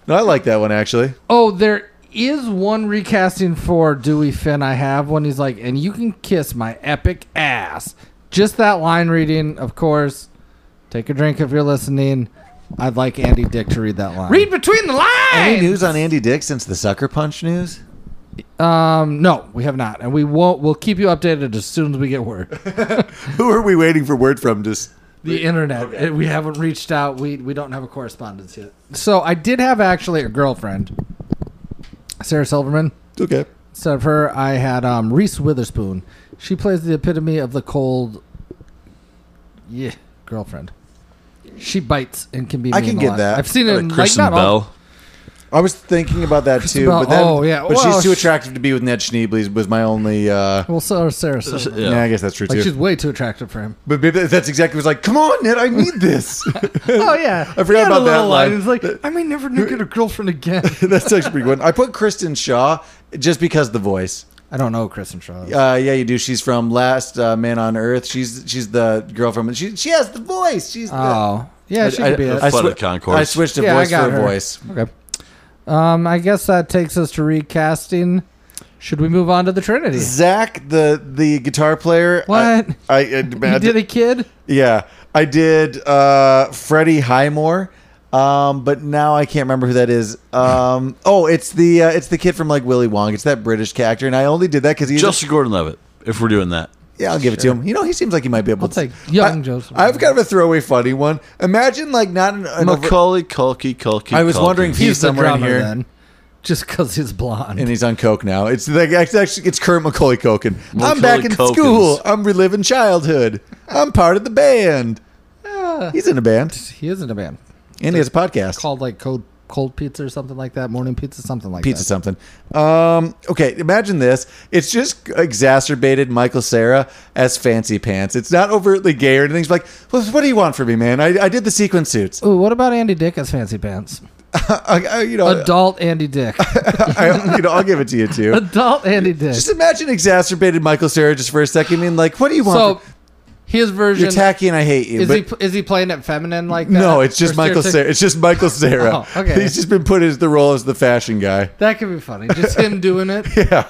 Speaker 2: no I like that one actually
Speaker 4: Oh, there is one recasting for Dewey Finn. I have when he's like, "And you can kiss my epic ass." Just that line reading, of course. Take a drink if you're listening. I'd like Andy Dick to read that line. Read between the lines.
Speaker 2: any news on Andy Dick since the sucker punch news
Speaker 4: Um, no, we have not, and we won't. We'll keep you updated as soon as we get word.
Speaker 2: who are we waiting for word from just
Speaker 4: the internet. It- We haven't reached out. We we don't have a correspondence yet. So I did have actually a girlfriend, Sarah Silverman.
Speaker 2: okay
Speaker 4: Instead of her, I had um, Reese Witherspoon. She plays the epitome of the cold, yeah, girlfriend. She bites and can be.
Speaker 2: I
Speaker 4: mean
Speaker 2: can
Speaker 4: a
Speaker 2: get
Speaker 4: lot.
Speaker 2: that.
Speaker 4: I've seen it.
Speaker 3: Like
Speaker 4: in, like,
Speaker 3: Kristen
Speaker 4: not all-
Speaker 3: Bell.
Speaker 2: I was thinking about that too
Speaker 4: about-
Speaker 2: but then,
Speaker 4: oh, yeah.
Speaker 2: but
Speaker 4: Well,
Speaker 2: she's too
Speaker 4: sh-
Speaker 2: attractive to be with Ned Schneebly was my only uh,
Speaker 4: Well, so is Sarah Silverman.
Speaker 3: Yeah.
Speaker 2: yeah. I guess that's true
Speaker 4: Like she's
Speaker 2: too
Speaker 4: way too attractive for him.
Speaker 2: but maybe that's exactly was like come on Ned I need this
Speaker 4: Oh yeah,
Speaker 2: I forgot He had a about that little line. line.
Speaker 4: He's
Speaker 2: He's
Speaker 4: like, I may never get a girlfriend again.
Speaker 2: That's actually pretty good. I put Kristen Shaw just because the voice.
Speaker 4: I don't know Kristen Shaw.
Speaker 2: Uh, yeah, you do. She's from Last uh, Man on Earth. She's she's the girl from. She she has the voice. She's the,
Speaker 4: Oh, yeah, she could be it.
Speaker 3: I- Flood of Concourse.
Speaker 2: I switched a
Speaker 4: Yeah, I
Speaker 2: voice
Speaker 4: got
Speaker 2: for a
Speaker 4: her.
Speaker 2: voice.
Speaker 4: Okay. Um, I guess that takes us to recasting. Should we move on to the Trinity?
Speaker 2: Zach, the the guitar player.
Speaker 4: What?
Speaker 2: I, I, I,
Speaker 4: You did a kid.
Speaker 2: Yeah, I did. Uh, Freddie Highmore. Um, but now I can't remember who that is. Um, oh, it's the uh, it's the kid from like Willy Wonka. It's that British character, and I only did that because he's
Speaker 3: Justin Gordon-Levitt. If we're doing that,
Speaker 2: Yeah, I'll give it to him. You know, he seems like he might be able to.
Speaker 4: young
Speaker 2: I,
Speaker 4: Joseph.
Speaker 2: I've kind of a throwaway funny one. Imagine like not an, an over-
Speaker 3: Macaulay Culkey Culkey.
Speaker 2: I was wondering if he's,
Speaker 4: the
Speaker 2: somewhere in
Speaker 4: drummer
Speaker 2: here,
Speaker 4: then, just because he's blonde.
Speaker 2: and he's on coke now. It's like it's actually it's current Macaulay Culkin. I'm
Speaker 4: Macaulay
Speaker 2: back in
Speaker 4: Culkins.
Speaker 2: school. I'm reliving childhood. I'm part of the band.
Speaker 4: Ah.
Speaker 2: He's in a band.
Speaker 4: He is in a band.
Speaker 2: And he has a podcast.
Speaker 4: called like Cold Cold Pizza or something like that. Morning Pizza, something like
Speaker 2: pizza
Speaker 4: that.
Speaker 2: something. Um, okay, imagine this. It's just exacerbated Michael Sarah as fancy pants. It's not overtly gay or anything. He's like, well, what do you want from me, man? I, I did the sequin suits.
Speaker 4: Ooh, what about Andy Dick as fancy pants?
Speaker 2: I, I- you know,
Speaker 4: Adult Andy Dick.
Speaker 2: I, you know, I'll give it to you too.
Speaker 4: Adult Andy Dick.
Speaker 2: Just imagine exacerbated Michael Sarah just for a second. I mean, like, what do you want?
Speaker 4: So his
Speaker 2: from-
Speaker 4: version
Speaker 2: You're tacky and I hate you.
Speaker 4: Is
Speaker 2: but-
Speaker 4: he is he playing it feminine like that?
Speaker 2: no, it's just
Speaker 4: Or
Speaker 2: Michael
Speaker 4: stereotyp-
Speaker 2: Sarah. It's just Michael Sarah.
Speaker 4: Oh, okay.
Speaker 2: He's just been put into the role as the fashion guy.
Speaker 4: That could be funny. Just him doing it.
Speaker 2: Yeah.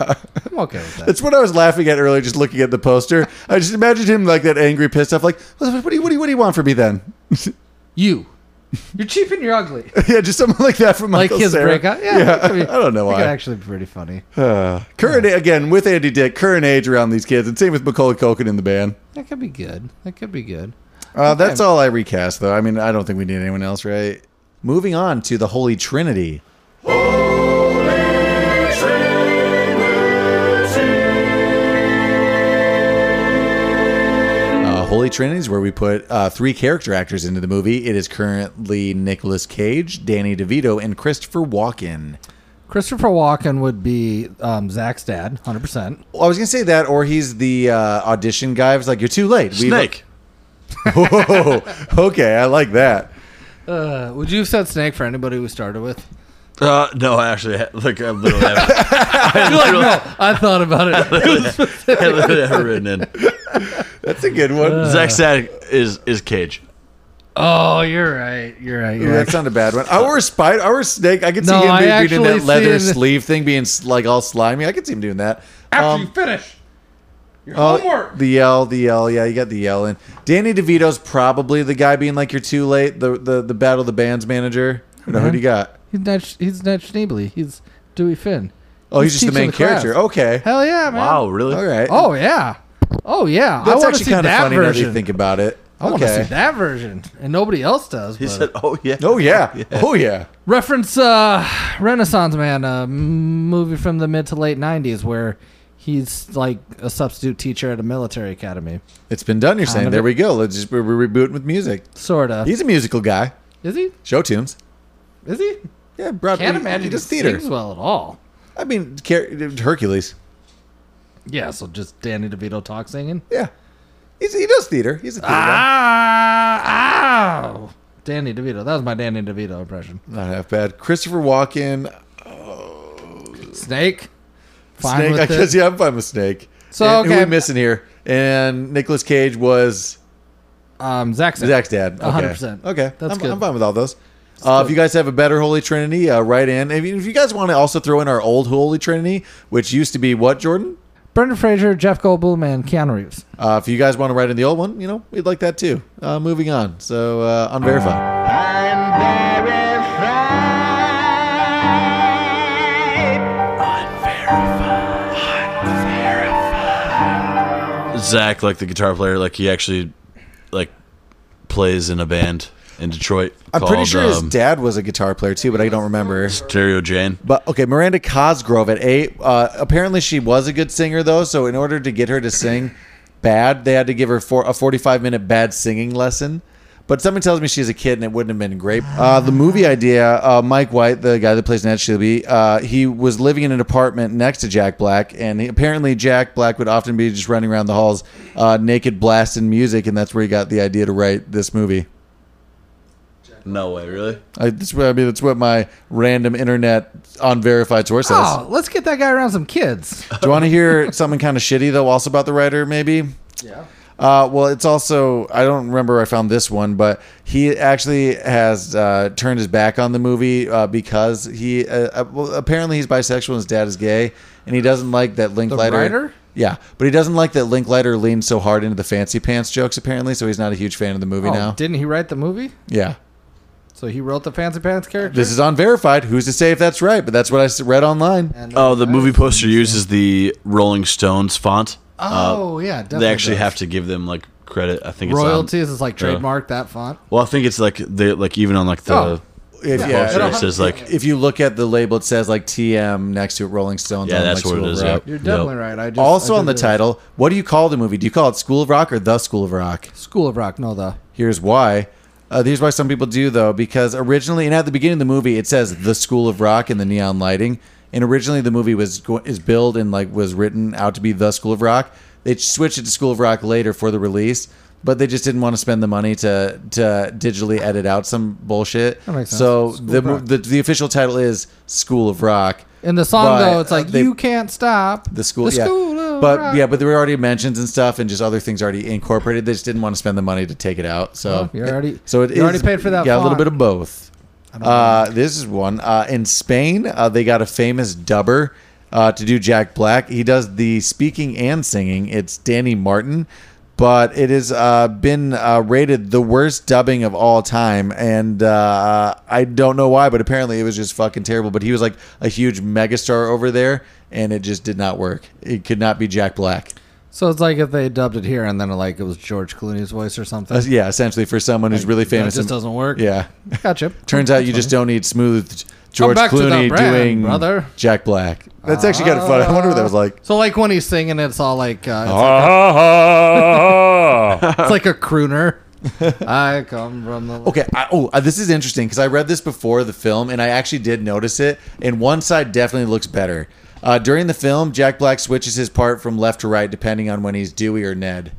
Speaker 4: I'm okay with that.
Speaker 2: That's what I was laughing at earlier, just looking at the poster. I just imagined him like that angry, pissed off, like, what what do you, what do you, what do you want from me then?
Speaker 4: you. You're cheap and you're ugly.
Speaker 2: yeah, just something like that from
Speaker 4: like
Speaker 2: Michael
Speaker 4: his
Speaker 2: Cera.
Speaker 4: breakout. Yeah.
Speaker 2: Yeah,
Speaker 4: it could be-
Speaker 2: I don't know
Speaker 4: It could
Speaker 2: why.
Speaker 4: actually be pretty funny.
Speaker 2: Uh, current again with Andy Dick, current age around these kids, and same with Macaulay Culkin in the band.
Speaker 4: That could be good. That could be good.
Speaker 2: Uh,
Speaker 4: Okay.
Speaker 2: That's all I recast, though. I mean, I don't think we need anyone else, right? Moving on to the Holy Trinity. Uh, Holy Trinity is where we put uh, three character actors into the movie. It is currently Nicolas Cage, Danny DeVito, and Christopher Walken.
Speaker 4: Christopher Walken would be um, Zach's dad, hundred percent.
Speaker 2: Well, I was gonna say that, or he's the uh, audition guy. It's like you're too late. We-
Speaker 3: Snake.
Speaker 2: Whoa. Okay, I like that.
Speaker 4: Uh, would you have said Snake for anybody we started with?
Speaker 3: Uh, no, I actually, ha- like, I literally haven't. I
Speaker 4: You're like,
Speaker 3: literally-
Speaker 4: no, I thought about it.
Speaker 3: I literally haven't written in.
Speaker 2: That's a good one.
Speaker 3: Zach Static is is Cage.
Speaker 4: Oh, you're right. You're right.
Speaker 2: Yeah,
Speaker 4: You're right.
Speaker 2: that's not a bad one. Our spider, our snake. I could see
Speaker 4: No,
Speaker 2: him
Speaker 4: I
Speaker 2: being doing that
Speaker 4: actually
Speaker 2: leather
Speaker 4: seen-
Speaker 2: sleeve thing, being s- like all slimy. I could see him doing that. Um,
Speaker 4: finish your
Speaker 2: oh, the yell, the yell. Yeah, you got the yell in. Danny DeVito's probably the guy being like, "You're too late." The the, the battle of the bands manager. You know, Who do you got?
Speaker 4: He's not. He's not Schneebly. He's Dewey Finn.
Speaker 2: Oh, he's, just the
Speaker 4: teaching
Speaker 2: main
Speaker 4: class.
Speaker 2: character. Okay.
Speaker 4: Hell yeah, man.
Speaker 3: Wow, really?
Speaker 2: All right.
Speaker 4: Oh yeah. Oh yeah. I
Speaker 2: that's
Speaker 4: want to
Speaker 2: actually
Speaker 4: see
Speaker 2: kind of
Speaker 4: that
Speaker 2: funny now that you
Speaker 4: version.
Speaker 2: think about it.
Speaker 4: I want to
Speaker 2: okay.
Speaker 4: see that version, and nobody else does.
Speaker 3: He
Speaker 4: but-
Speaker 3: said, "Oh yeah,
Speaker 2: Oh yeah. Oh yeah.
Speaker 4: Reference uh, Renaissance Man, a m- movie from the mid to late '90s where he's like a substitute teacher at a military academy,
Speaker 2: It's been done. You're
Speaker 4: Kind
Speaker 2: saying
Speaker 4: of
Speaker 2: there
Speaker 4: it.
Speaker 2: we go. Let's just we're we're rebooting with music.
Speaker 4: sort of.
Speaker 2: He's a musical guy.
Speaker 4: Is he?
Speaker 2: Show tunes.
Speaker 4: Is he?
Speaker 2: Yeah, Broadway.
Speaker 4: Can't imagine
Speaker 2: he does
Speaker 4: he
Speaker 2: theater.
Speaker 4: sings well at all.
Speaker 2: I mean, Car- Hercules.
Speaker 4: Yeah, so just Danny DeVito talk singing.
Speaker 2: Yeah, He's, he does theater. He's a theater guy.
Speaker 4: Ah, ow. Danny DeVito. That was my Danny DeVito impression.
Speaker 2: Not half bad. Christopher Walken.
Speaker 4: Snake. Fine
Speaker 2: snake.
Speaker 4: with
Speaker 2: I
Speaker 4: it.
Speaker 2: guess yeah, I'm fine with Snake.
Speaker 4: So,
Speaker 2: and who
Speaker 4: okay.
Speaker 2: we missing here? And Nicolas Cage was
Speaker 4: Um, Zach's dad.
Speaker 2: Zach's dad. Okay.
Speaker 4: 100%.
Speaker 2: Okay,
Speaker 4: That's
Speaker 2: I'm,
Speaker 4: good.
Speaker 2: I'm fine with all those. Uh, if you guys have a better Holy Trinity, uh, write in. If you, if you guys want to also throw in our old Holy Trinity, which used to be what Jordan.
Speaker 4: Brendan Fraser, Jeff Goldblum, and Keanu Reeves.
Speaker 2: Uh, if you guys want to write in the old one, you know we'd like that too. Uh, moving on. So uh, unverified.
Speaker 3: Zach, like the guitar player, like he actually, like, plays in a band in Detroit.
Speaker 2: I'm pretty
Speaker 3: called,
Speaker 2: sure his
Speaker 3: um,
Speaker 2: dad was a guitar player too, but I don't remember.
Speaker 3: Stereo Jane.
Speaker 2: But okay, Miranda Cosgrove at eight. Uh, apparently, she was a good singer though. So in order to get her to sing bad, they had to give her for, a 45 minute bad singing lesson. But something tells me she's a kid and it wouldn't have been great. Uh, the movie idea, uh, Mike White, the guy that plays Ned Shelby, uh, he was living in an apartment next to Jack Black, and he, apparently Jack Black would often be just running around the halls, uh, naked blasting music, and that's where he got the idea to write this movie.
Speaker 3: No way, really.
Speaker 2: I, that's what, I mean, that's what my random internet unverified source says.
Speaker 4: Oh, let's get that guy around some kids.
Speaker 2: Do you want to hear something kind of shitty though, also about the writer? Maybe.
Speaker 4: Yeah.
Speaker 2: Uh, well, it's also I don't remember where I found this one, but he actually has uh, turned his back on the movie uh, because he uh, uh, well, apparently he's bisexual and his dad is gay, and he doesn't like that Linklater.
Speaker 4: writer?
Speaker 2: Yeah, but he doesn't like that Linklater leans so hard into the fancy pants jokes. Apparently, so he's not a huge fan of the movie
Speaker 4: Oh,
Speaker 2: now.
Speaker 4: Didn't he write the movie?
Speaker 2: yeah.
Speaker 4: So he wrote the Fancy Pants character?
Speaker 2: This is unverified. Who's to say if that's right? But that's what I s- read online.
Speaker 3: Oh, the movie poster uses the Rolling Stones font.
Speaker 2: uh,
Speaker 4: Oh, yeah,
Speaker 3: they
Speaker 4: it definitely
Speaker 3: actually
Speaker 4: does.
Speaker 3: have to give them like credit. I
Speaker 2: um,
Speaker 3: think
Speaker 4: Royalties
Speaker 3: it's on-
Speaker 4: is
Speaker 2: uh,
Speaker 4: like
Speaker 3: Yeah.
Speaker 4: trademark that font.
Speaker 3: Well, I think it's like they like even on like the
Speaker 4: Oh,
Speaker 3: the
Speaker 2: If, yeah,
Speaker 3: poster, it says like
Speaker 2: if you look at the label, it says like TM next to it, Rolling Stones.
Speaker 3: Yeah,
Speaker 2: on,
Speaker 3: that's
Speaker 2: like,
Speaker 3: what it
Speaker 2: School
Speaker 3: is,
Speaker 2: of
Speaker 3: yeah.
Speaker 2: Rock.
Speaker 3: You're definitely
Speaker 4: Yep. right, I just-
Speaker 2: also
Speaker 4: I
Speaker 2: on the
Speaker 4: did realize.
Speaker 2: title, what do you call the movie? Do you call it School of Rock or The School of Rock?
Speaker 4: School of Rock, no, the.
Speaker 2: Here's why. Uh, here's why some people do though, because originally and at the beginning of the movie, it says the School of Rock in the neon lighting, and originally the movie was go- is billed and like was written out to be the School of Rock. They switched it to School of Rock later for the release, but they just didn't want to spend the money to to digitally edit out some bullshit.
Speaker 4: That makes sense.
Speaker 2: So
Speaker 4: School
Speaker 2: the,
Speaker 4: of
Speaker 2: mo-
Speaker 4: Rock.
Speaker 2: the the official title is School of Rock.
Speaker 4: In the song,
Speaker 2: but,
Speaker 4: though, it's like,
Speaker 2: uh, they-
Speaker 4: you can't stop.
Speaker 2: the school,
Speaker 4: The
Speaker 2: yeah.
Speaker 4: School of
Speaker 2: but
Speaker 4: Rock.
Speaker 2: yeah, but there were already mentions and stuff, and just other things already incorporated. They just didn't want to spend the money to take it out. So
Speaker 4: Well, you already-
Speaker 2: so it
Speaker 4: you already
Speaker 2: is-
Speaker 4: paid for that
Speaker 2: Yeah, a little
Speaker 4: font.
Speaker 2: bit of both. Uh, this is one uh, in Spain. Uh, they got a famous dubber uh, to do Jack Black. He does the speaking and singing. It's Danny Martin. But it has uh, been uh, rated the worst dubbing of all time, and uh, I don't know why, but apparently it was just fucking terrible. But he was like a huge megastar over there, and it just did not work. It could not be Jack Black.
Speaker 4: So it's like if they dubbed it here and then like it was George Clooney's voice or something.
Speaker 2: Uh, yeah, essentially for someone who's really
Speaker 4: that
Speaker 2: famous,
Speaker 4: just
Speaker 2: and-
Speaker 4: doesn't work.
Speaker 2: Yeah,
Speaker 4: Gotcha.
Speaker 2: Turns out you just don't need smooth
Speaker 4: Come
Speaker 2: George
Speaker 4: back to the
Speaker 2: Clooney
Speaker 4: brand,
Speaker 2: doing
Speaker 4: brother.
Speaker 2: Jack Black. That's actually kind of fun. I wonder what that was like.
Speaker 4: So like when he's singing, it's all like uh, it's, like, a, it's like a crooner. I come from the
Speaker 2: Okay. I, oh, uh, this is interesting because I read this before the film, and I actually did notice it. And one side definitely looks better. Uh, during the film, Jack Black switches his part from left to right depending on when he's Dewey or Ned.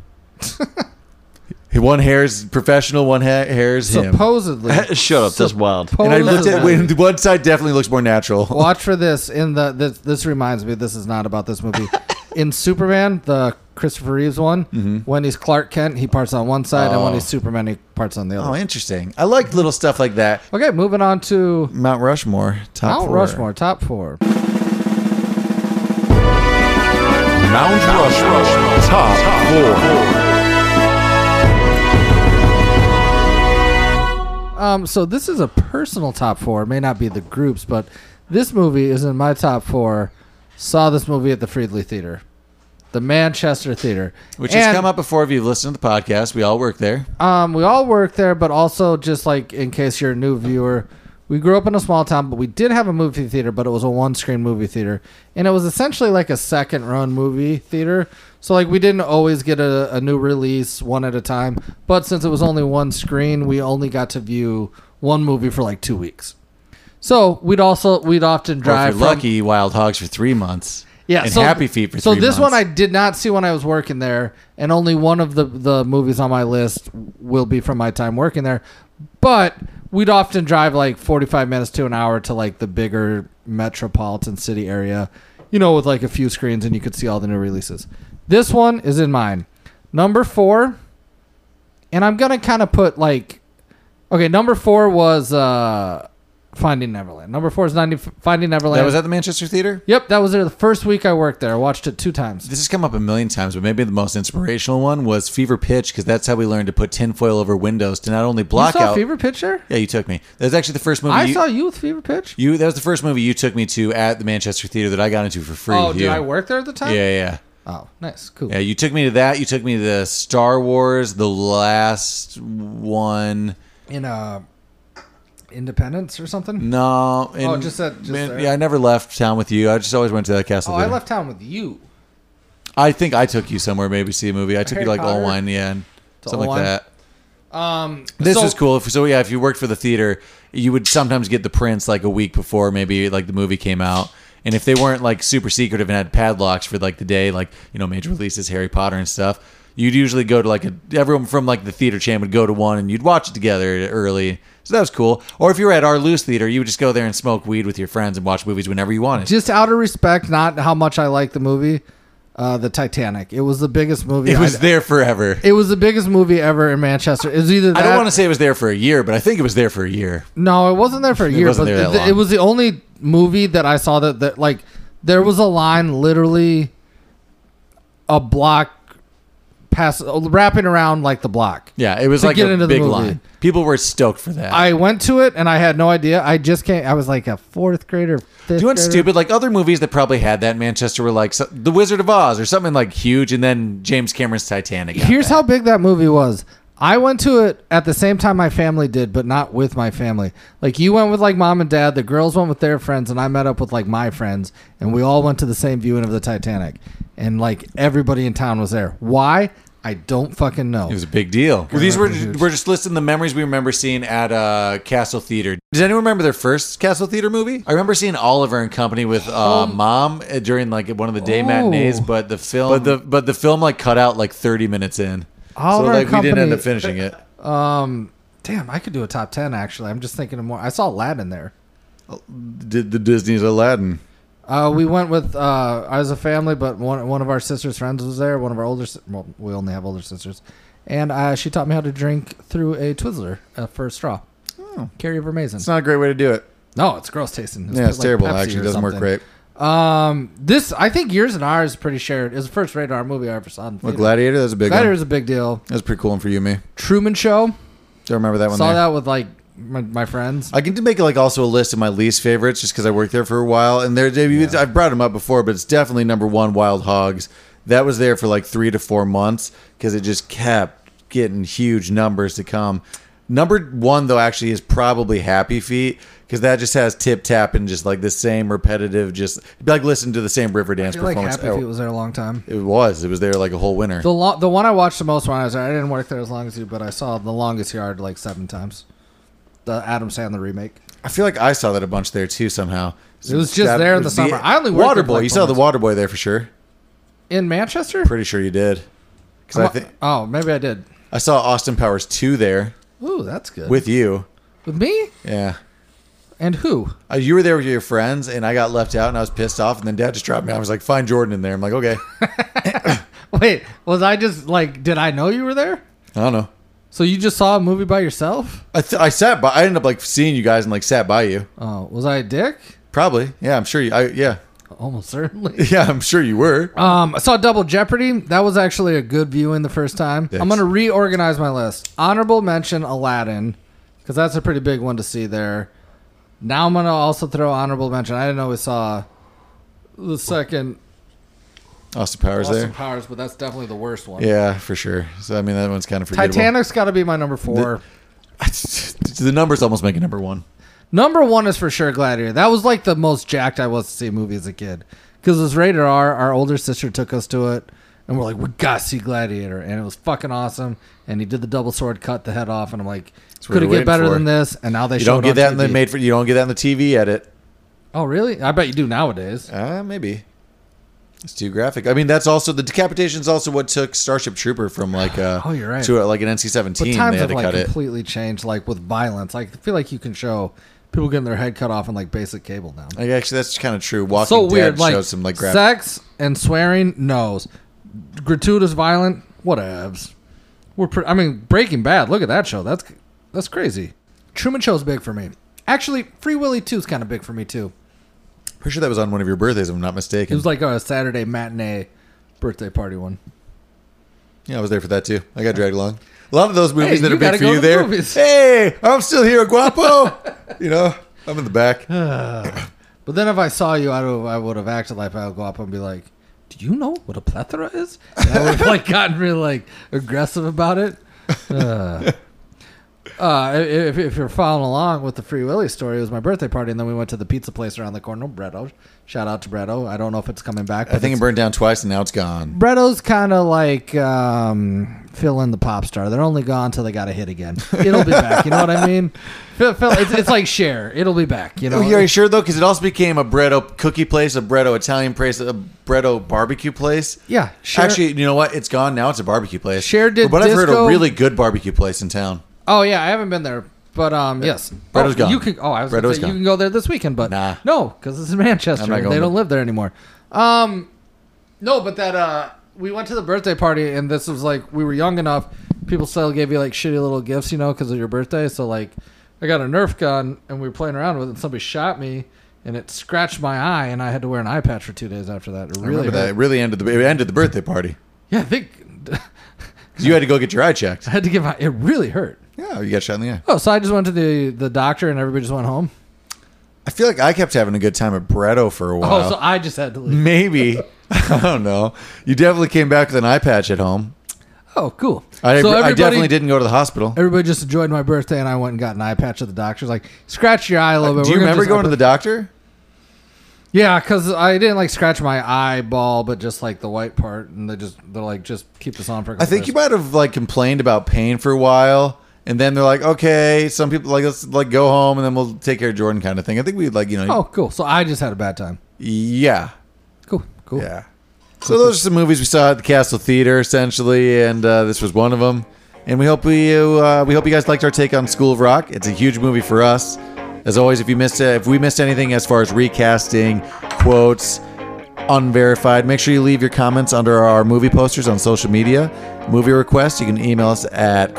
Speaker 2: one hair's professional, one ha- hair's him.
Speaker 4: supposedly.
Speaker 3: Shut up, that's wild.
Speaker 2: And I looked at
Speaker 4: Supposedly.
Speaker 2: when one side definitely looks more natural.
Speaker 4: Watch for this in the this, this reminds me this is not about this movie. In Superman, the Christopher Reeves one,
Speaker 2: Mhm.
Speaker 4: when he's Clark Kent, he parts on one side, and when
Speaker 2: Oh.
Speaker 4: he's Superman, he parts on the other.
Speaker 2: Oh, interesting. I like little stuff like that.
Speaker 4: Okay, moving on to
Speaker 2: Mount Rushmore. Top
Speaker 4: Mount
Speaker 2: four.
Speaker 4: Rushmore, top four.
Speaker 1: Mount Rushmore. Top four.
Speaker 4: Um, so this is a personal top four. It may not be the group's, but this movie is in my top four. Saw this movie at the Friedley Theater, the Manchester Theater,
Speaker 2: Which has
Speaker 4: And,
Speaker 2: come up before if you've listened to the podcast. We all work there.
Speaker 4: Um, we all work there, but also just like in case you're a new viewer, we grew up in a small town, but we did have a movie theater, but it was a one screen movie theater, and it was essentially like a second run movie theater. So like we didn't always get a, a new release one at a time, but since it was only one screen, we only got to view one movie for like two weeks. So we'd also we'd often
Speaker 2: Or if
Speaker 4: drive
Speaker 2: you're
Speaker 4: from-
Speaker 2: lucky, Wild Hogs for three months.
Speaker 4: yeah,
Speaker 2: and
Speaker 4: so,
Speaker 2: Happy Feet for
Speaker 4: so
Speaker 2: three
Speaker 4: this one
Speaker 2: months.
Speaker 4: I did not see when I was working there, and only one of the the movies on my list will be from my time working there. But we'd often drive like forty five minutes to an hour to like the bigger metropolitan city area, you know, with like a few screens, and you could see all the new releases. This one is in mine, number four, and I'm gonna kind of put like, okay, number four was uh Finding Neverland. Number four is 90, Finding Neverland.
Speaker 2: That was at the Manchester Theater?
Speaker 4: Yep, that was there the first week I worked there. I watched it two times.
Speaker 2: This has come up a million times, but maybe the most inspirational one was Fever Pitch because that's how we learned to put tinfoil over windows to not only block
Speaker 4: you saw
Speaker 2: out.
Speaker 4: Fever Pitch there?
Speaker 2: Yeah, you took me. That was actually the first movie.
Speaker 4: I
Speaker 2: you,
Speaker 4: saw you with Fever Pitch.
Speaker 2: you. That was the first movie you took me to at the Manchester Theater that I got into for free.
Speaker 4: oh,
Speaker 2: with
Speaker 4: did
Speaker 2: you.
Speaker 4: I work there at the time?
Speaker 2: Yeah, yeah.
Speaker 4: Oh, nice, cool.
Speaker 2: Yeah, you took me to that. You took me to the Star Wars, the last one.
Speaker 4: In uh, Independence or
Speaker 2: Mm,
Speaker 4: something?
Speaker 2: No,
Speaker 4: Oh, just that- just
Speaker 2: man,
Speaker 4: there.
Speaker 2: yeah, I never left town with you. I just always went to that castle.
Speaker 4: Oh, I
Speaker 2: theater.
Speaker 4: left town with you.
Speaker 2: I think I took you somewhere, maybe see a movie. I took
Speaker 4: Harry
Speaker 2: you like all
Speaker 4: Potter?
Speaker 2: wine, yeah, and
Speaker 4: To
Speaker 2: something like
Speaker 4: Allwine?
Speaker 2: that.
Speaker 4: Um,
Speaker 2: This
Speaker 4: so-
Speaker 2: was cool. If- So yeah, if you worked for the theater, you would sometimes get the prints like a week before, maybe like the movie came out. And if they weren't like super secretive and had padlocks for like the day, like you know major releases, Harry Potter and stuff, you'd usually go to like a everyone from like the theater chain would go to one and you'd watch it together early. So that was cool. Or if you were at our loose theater, you would just go there and smoke weed with your friends and watch movies whenever you wanted.
Speaker 4: Just out of respect, not how much I like the movie, uh, the Titanic. It was the biggest movie.
Speaker 2: it was
Speaker 4: I'd-
Speaker 2: there forever.
Speaker 4: It was the biggest movie ever in Manchester. It was either
Speaker 2: I
Speaker 4: that
Speaker 2: don't want to say it was there for a year, but I think it was there for a year.
Speaker 4: No, it wasn't there for a
Speaker 2: It
Speaker 4: year,
Speaker 2: wasn't
Speaker 4: but
Speaker 2: there that
Speaker 4: th- it
Speaker 2: long.
Speaker 4: was the only movie that I saw that, that like there was a line literally a block pass wrapping around like the block.
Speaker 2: Yeah, it was
Speaker 4: to
Speaker 2: like
Speaker 4: get
Speaker 2: a
Speaker 4: into the
Speaker 2: big
Speaker 4: movie.
Speaker 2: line. People were stoked for that.
Speaker 4: I went to it and I had no idea. I just can't. I was like a fourth grader. Fifth
Speaker 2: Do you want
Speaker 4: grader.
Speaker 2: stupid? Like other movies that probably had that in Manchester were like so, The Wizard of Oz or something like huge, and then James Cameron's Titanic. got
Speaker 4: Here's how big that movie was. I went to it at the same time my family did, but not with my family. Like you went with like mom and dad, the girls went with their friends, and I met up with like my friends, and we all went to the same viewing of the Titanic, and like everybody in town was there. Why? I don't fucking know. It was
Speaker 2: a big deal. Well, these were we're just listing the memories we remember seeing at uh, Castle Theater. Does anyone remember their first Castle Theater movie? I remember seeing Oliver and Company with uh, mom uh, during like one of the day
Speaker 4: Um, Oh.
Speaker 2: matinees, but the film, but the but the film like cut out like thirty minutes in,
Speaker 4: Oliver
Speaker 2: so
Speaker 4: and
Speaker 2: like we didn't end
Speaker 4: Company.
Speaker 2: up finishing it.
Speaker 4: Um, damn, I could do a top ten actually. I'm just thinking of more. I saw Aladdin there.
Speaker 2: Did the Disney's Aladdin?
Speaker 4: Uh, we went with uh, I was a family, but one one of our sisters' friends was there. One of our older, si- well, we only have older sisters, and uh, she taught me how to drink through a Twizzler uh, for a straw. Oh, Carrie Vermaison.
Speaker 2: It's not a great way to do it.
Speaker 4: No, it's gross tasting.
Speaker 2: Yeah, it's terrible, actually.
Speaker 4: It
Speaker 2: It doesn't work
Speaker 4: great. Um, this I think yours and ours is pretty shared. It was the first rated R movie I ever saw. In
Speaker 2: Well,
Speaker 4: theater.
Speaker 2: Gladiator, that was a big
Speaker 4: Gladiator
Speaker 2: one.
Speaker 4: is a big deal.
Speaker 2: That's pretty cool one for you, and me.
Speaker 4: Truman Show.
Speaker 2: Don't remember that one.
Speaker 4: saw
Speaker 2: there.
Speaker 4: that with like my, my friends.
Speaker 2: I can make like also a list of my least favorites just because I worked there for a while, and there I've brought them up before, but it's definitely number one, Wild Hogs. That was there for like three to four months because it just kept getting huge numbers to come. Number one though actually is probably Happy Feet because that just has tip tap and just like the same repetitive, just like listen to the same river
Speaker 4: I
Speaker 2: dance
Speaker 4: feel like
Speaker 2: performance.
Speaker 4: Happy Feet was there a long time.
Speaker 2: It was. It was there like a whole winter.
Speaker 4: The lo- the one I watched the most when I was there. I didn't work there as long as you, but I saw the longest yard like seven times. The Adam Sandler remake.
Speaker 2: I feel like I saw that a bunch there too somehow.
Speaker 4: It was just there in the summer. I only worked there for,
Speaker 2: Waterboy.
Speaker 4: like,
Speaker 2: you
Speaker 4: four
Speaker 2: saw the
Speaker 4: months.
Speaker 2: Waterboy there for sure.
Speaker 4: In Manchester?
Speaker 2: Pretty sure you did. Because I
Speaker 4: I'm-
Speaker 2: think
Speaker 4: Oh, maybe I did.
Speaker 2: I saw Austin Powers two there
Speaker 4: Ooh, that's good.
Speaker 2: with you.
Speaker 4: with me
Speaker 2: Yeah,
Speaker 4: and who?
Speaker 2: uh, you were there with your friends, and I got left out, and I was pissed off. And then Dad just dropped me. I was like, "Find Jordan in there." I'm like, "Okay, I
Speaker 4: Wait, was I just like? Did I know you were there?
Speaker 2: don't know."
Speaker 4: So you just saw a movie by yourself?
Speaker 2: I, th- I sat by. I ended up like seeing you guys and like sat by you.
Speaker 4: Oh, was I a dick?
Speaker 2: Probably. Yeah, I'm sure. You, I yeah
Speaker 4: Almost certainly.
Speaker 2: yeah I'm sure you were.
Speaker 4: Um, I saw Double Jeopardy. That was actually a good viewing the first time. I'm
Speaker 2: Thanks.
Speaker 4: gonna reorganize my list. Honorable mention Aladdin, because that's a pretty big one to see there. Now I'm gonna also throw honorable mention. I didn't know we saw the second
Speaker 2: Austin Powers
Speaker 4: Austin
Speaker 2: there.
Speaker 4: Powers, but that's definitely the worst one.
Speaker 2: Yeah, for sure. So I mean, that one's kind of forgettable.
Speaker 4: Titanic's got to be my number four.
Speaker 2: The, the numbers almost make it number one.
Speaker 4: Number one is for sure Gladiator. That was like the most jacked I was to see a movie as a kid because it was rated R. Our older sister took us to it, and we're like, we gotta see Gladiator, and it was fucking awesome. And he did the double sword, cut the head off, and I'm like,
Speaker 2: what
Speaker 4: could it
Speaker 2: you're
Speaker 4: get better
Speaker 2: waiting for.
Speaker 4: than this? And now they
Speaker 2: you
Speaker 4: show
Speaker 2: don't
Speaker 4: it
Speaker 2: get that
Speaker 4: on TV.
Speaker 2: in the made for. You don't get that in the TV edit.
Speaker 4: oh really? I bet you do nowadays.
Speaker 2: Uh, maybe. It's too graphic. I mean, that's also the decapitation is also what took Starship Trooper from like uh
Speaker 4: Oh, you're right.
Speaker 2: to uh, like an NC-17.
Speaker 4: But
Speaker 2: They
Speaker 4: times
Speaker 2: had
Speaker 4: have
Speaker 2: to
Speaker 4: like
Speaker 2: cut it.
Speaker 4: completely changed, like with violence. Like I feel like you can show people getting their head cut off on like basic cable now.
Speaker 2: Like, actually, that's kind of true. Walking
Speaker 4: so
Speaker 2: Dead
Speaker 4: weird. Like,
Speaker 2: showed some like graphic.
Speaker 4: sex and swearing, no's. Gratuitous, violent, whatevs. We're pre- I mean, Breaking Bad. Look at that show. That's that's crazy. Truman Show's big for me. Actually, Free Willy Two is kind of big for me too.
Speaker 2: Pretty sure that was on one of your birthdays, if I'm not
Speaker 4: It
Speaker 2: mistaken.
Speaker 4: was like a Saturday matinee birthday party one.
Speaker 2: yeah, I was there for that too. I got dragged along. A lot of those movies that
Speaker 4: you
Speaker 2: are big
Speaker 4: gotta
Speaker 2: for
Speaker 4: go
Speaker 2: you
Speaker 4: to the
Speaker 2: there.
Speaker 4: movies.
Speaker 2: Hey, I'm still here, Guapo. you know, I'm in the back.
Speaker 4: But then if I saw you, I would I would have acted like I would go up and be like, "Do you know what a plethora is?" And I would have like gotten real like aggressive about it. Uh, uh, if, if you're following along with the Free Willy story, it was my birthday party, and then we went to the pizza place around the corner, Bretto. Shout out to Bretto. I don't know if it's coming back.
Speaker 2: I think it
Speaker 4: it's-
Speaker 2: burned down twice, and now it's gone.
Speaker 4: Bretto's kind of like um, fill in the pop star. They're only gone till they got a hit again. It'll be back. You know what I mean? Phil, Phil, it's, it's like share. It'll be back. You know.
Speaker 2: Oh, yeah, are you sure though? Because it also became a Bretto cookie place, a Bretto Italian place, a Bretto barbecue place.
Speaker 4: Yeah, Cher-
Speaker 2: Actually, you know what? It's gone now. It's a barbecue place.
Speaker 4: Cher did
Speaker 2: but I've heard a
Speaker 4: disco-
Speaker 2: really good barbecue place in town.
Speaker 4: Oh yeah, I haven't been there, but um, yes,
Speaker 2: Bretto's
Speaker 4: oh,
Speaker 2: gone.
Speaker 4: You can. Oh, I was gonna
Speaker 2: Bretto's
Speaker 4: say
Speaker 2: gone.
Speaker 4: you can go there this weekend, but
Speaker 2: Nah.
Speaker 4: no, because it's in Manchester.
Speaker 2: I'm not
Speaker 4: and They
Speaker 2: going
Speaker 4: don't
Speaker 2: there.
Speaker 4: live there anymore. Um, no, but that uh, we went to the birthday party, and this was like we were young enough. People still gave you like shitty little gifts, you know, because of your birthday. So like, I got a Nerf gun, and we were playing around with it. and Somebody shot me, and it scratched my eye, and I had to wear an eye patch for two days after that. It
Speaker 2: I
Speaker 4: really
Speaker 2: remember that.
Speaker 4: hurt.
Speaker 2: It really ended the it ended the birthday party.
Speaker 4: Yeah, I think
Speaker 2: You had to go get your eye checked. I
Speaker 4: had to get my. It really hurt.
Speaker 2: Yeah, you got shot in the eye.
Speaker 4: Oh, so I just went to the the doctor and everybody just went home.
Speaker 2: I feel like I kept having a good time at Bretto for a while.
Speaker 4: Oh, so I just had to leave.
Speaker 2: Maybe I don't know. You definitely came back with an eye patch at home.
Speaker 4: Oh, cool.
Speaker 2: I,
Speaker 4: So
Speaker 2: I
Speaker 4: everybody-
Speaker 2: definitely didn't go to the hospital.
Speaker 4: Everybody just enjoyed my birthday, and I went and got an eye patch at the doctor's. Like, scratch your eye a little bit.
Speaker 2: Uh, Do you
Speaker 4: We're gonna
Speaker 2: remember
Speaker 4: just
Speaker 2: going
Speaker 4: up
Speaker 2: to the
Speaker 4: it."
Speaker 2: doctor?
Speaker 4: Yeah, because I didn't like scratch my eyeball, but just like the white part, and they just they're like, just keep this on for. a
Speaker 2: I
Speaker 4: couple
Speaker 2: think
Speaker 4: days."
Speaker 2: you might have like complained about pain for a while, and then they're like, okay, some people like let's like go home, and then we'll take care of Jordan, kind of thing. I think we like you know.
Speaker 4: Oh, cool. So I just had a bad time.
Speaker 2: Yeah.
Speaker 4: Cool. Cool.
Speaker 2: Yeah. So those are some movies we saw at the Castle Theater, essentially, and uh, this was one of them. And we hope we uh, we hope you guys liked our take on School of Rock. It's a huge movie for us. As always, if you missed it, if we missed anything as far as recasting, quotes, unverified, make sure you leave your comments under our movie posters on social media. Movie requests, you can email us at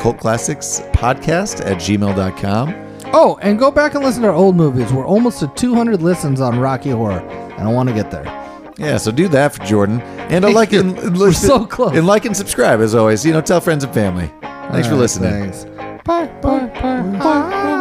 Speaker 2: cultclassicspodcast at gmail.com.
Speaker 4: Oh, and go back and listen to our old movies. We're almost to 200 listens on Rocky Horror, and I want to get there.
Speaker 2: Yeah, so do that for Jordan. And I like it. We're
Speaker 4: so close.
Speaker 2: And like and subscribe, as always. You know, tell friends and family. Thanks for
Speaker 4: All right,
Speaker 2: listening.
Speaker 4: Thanks. Bye, bye, bye, bye.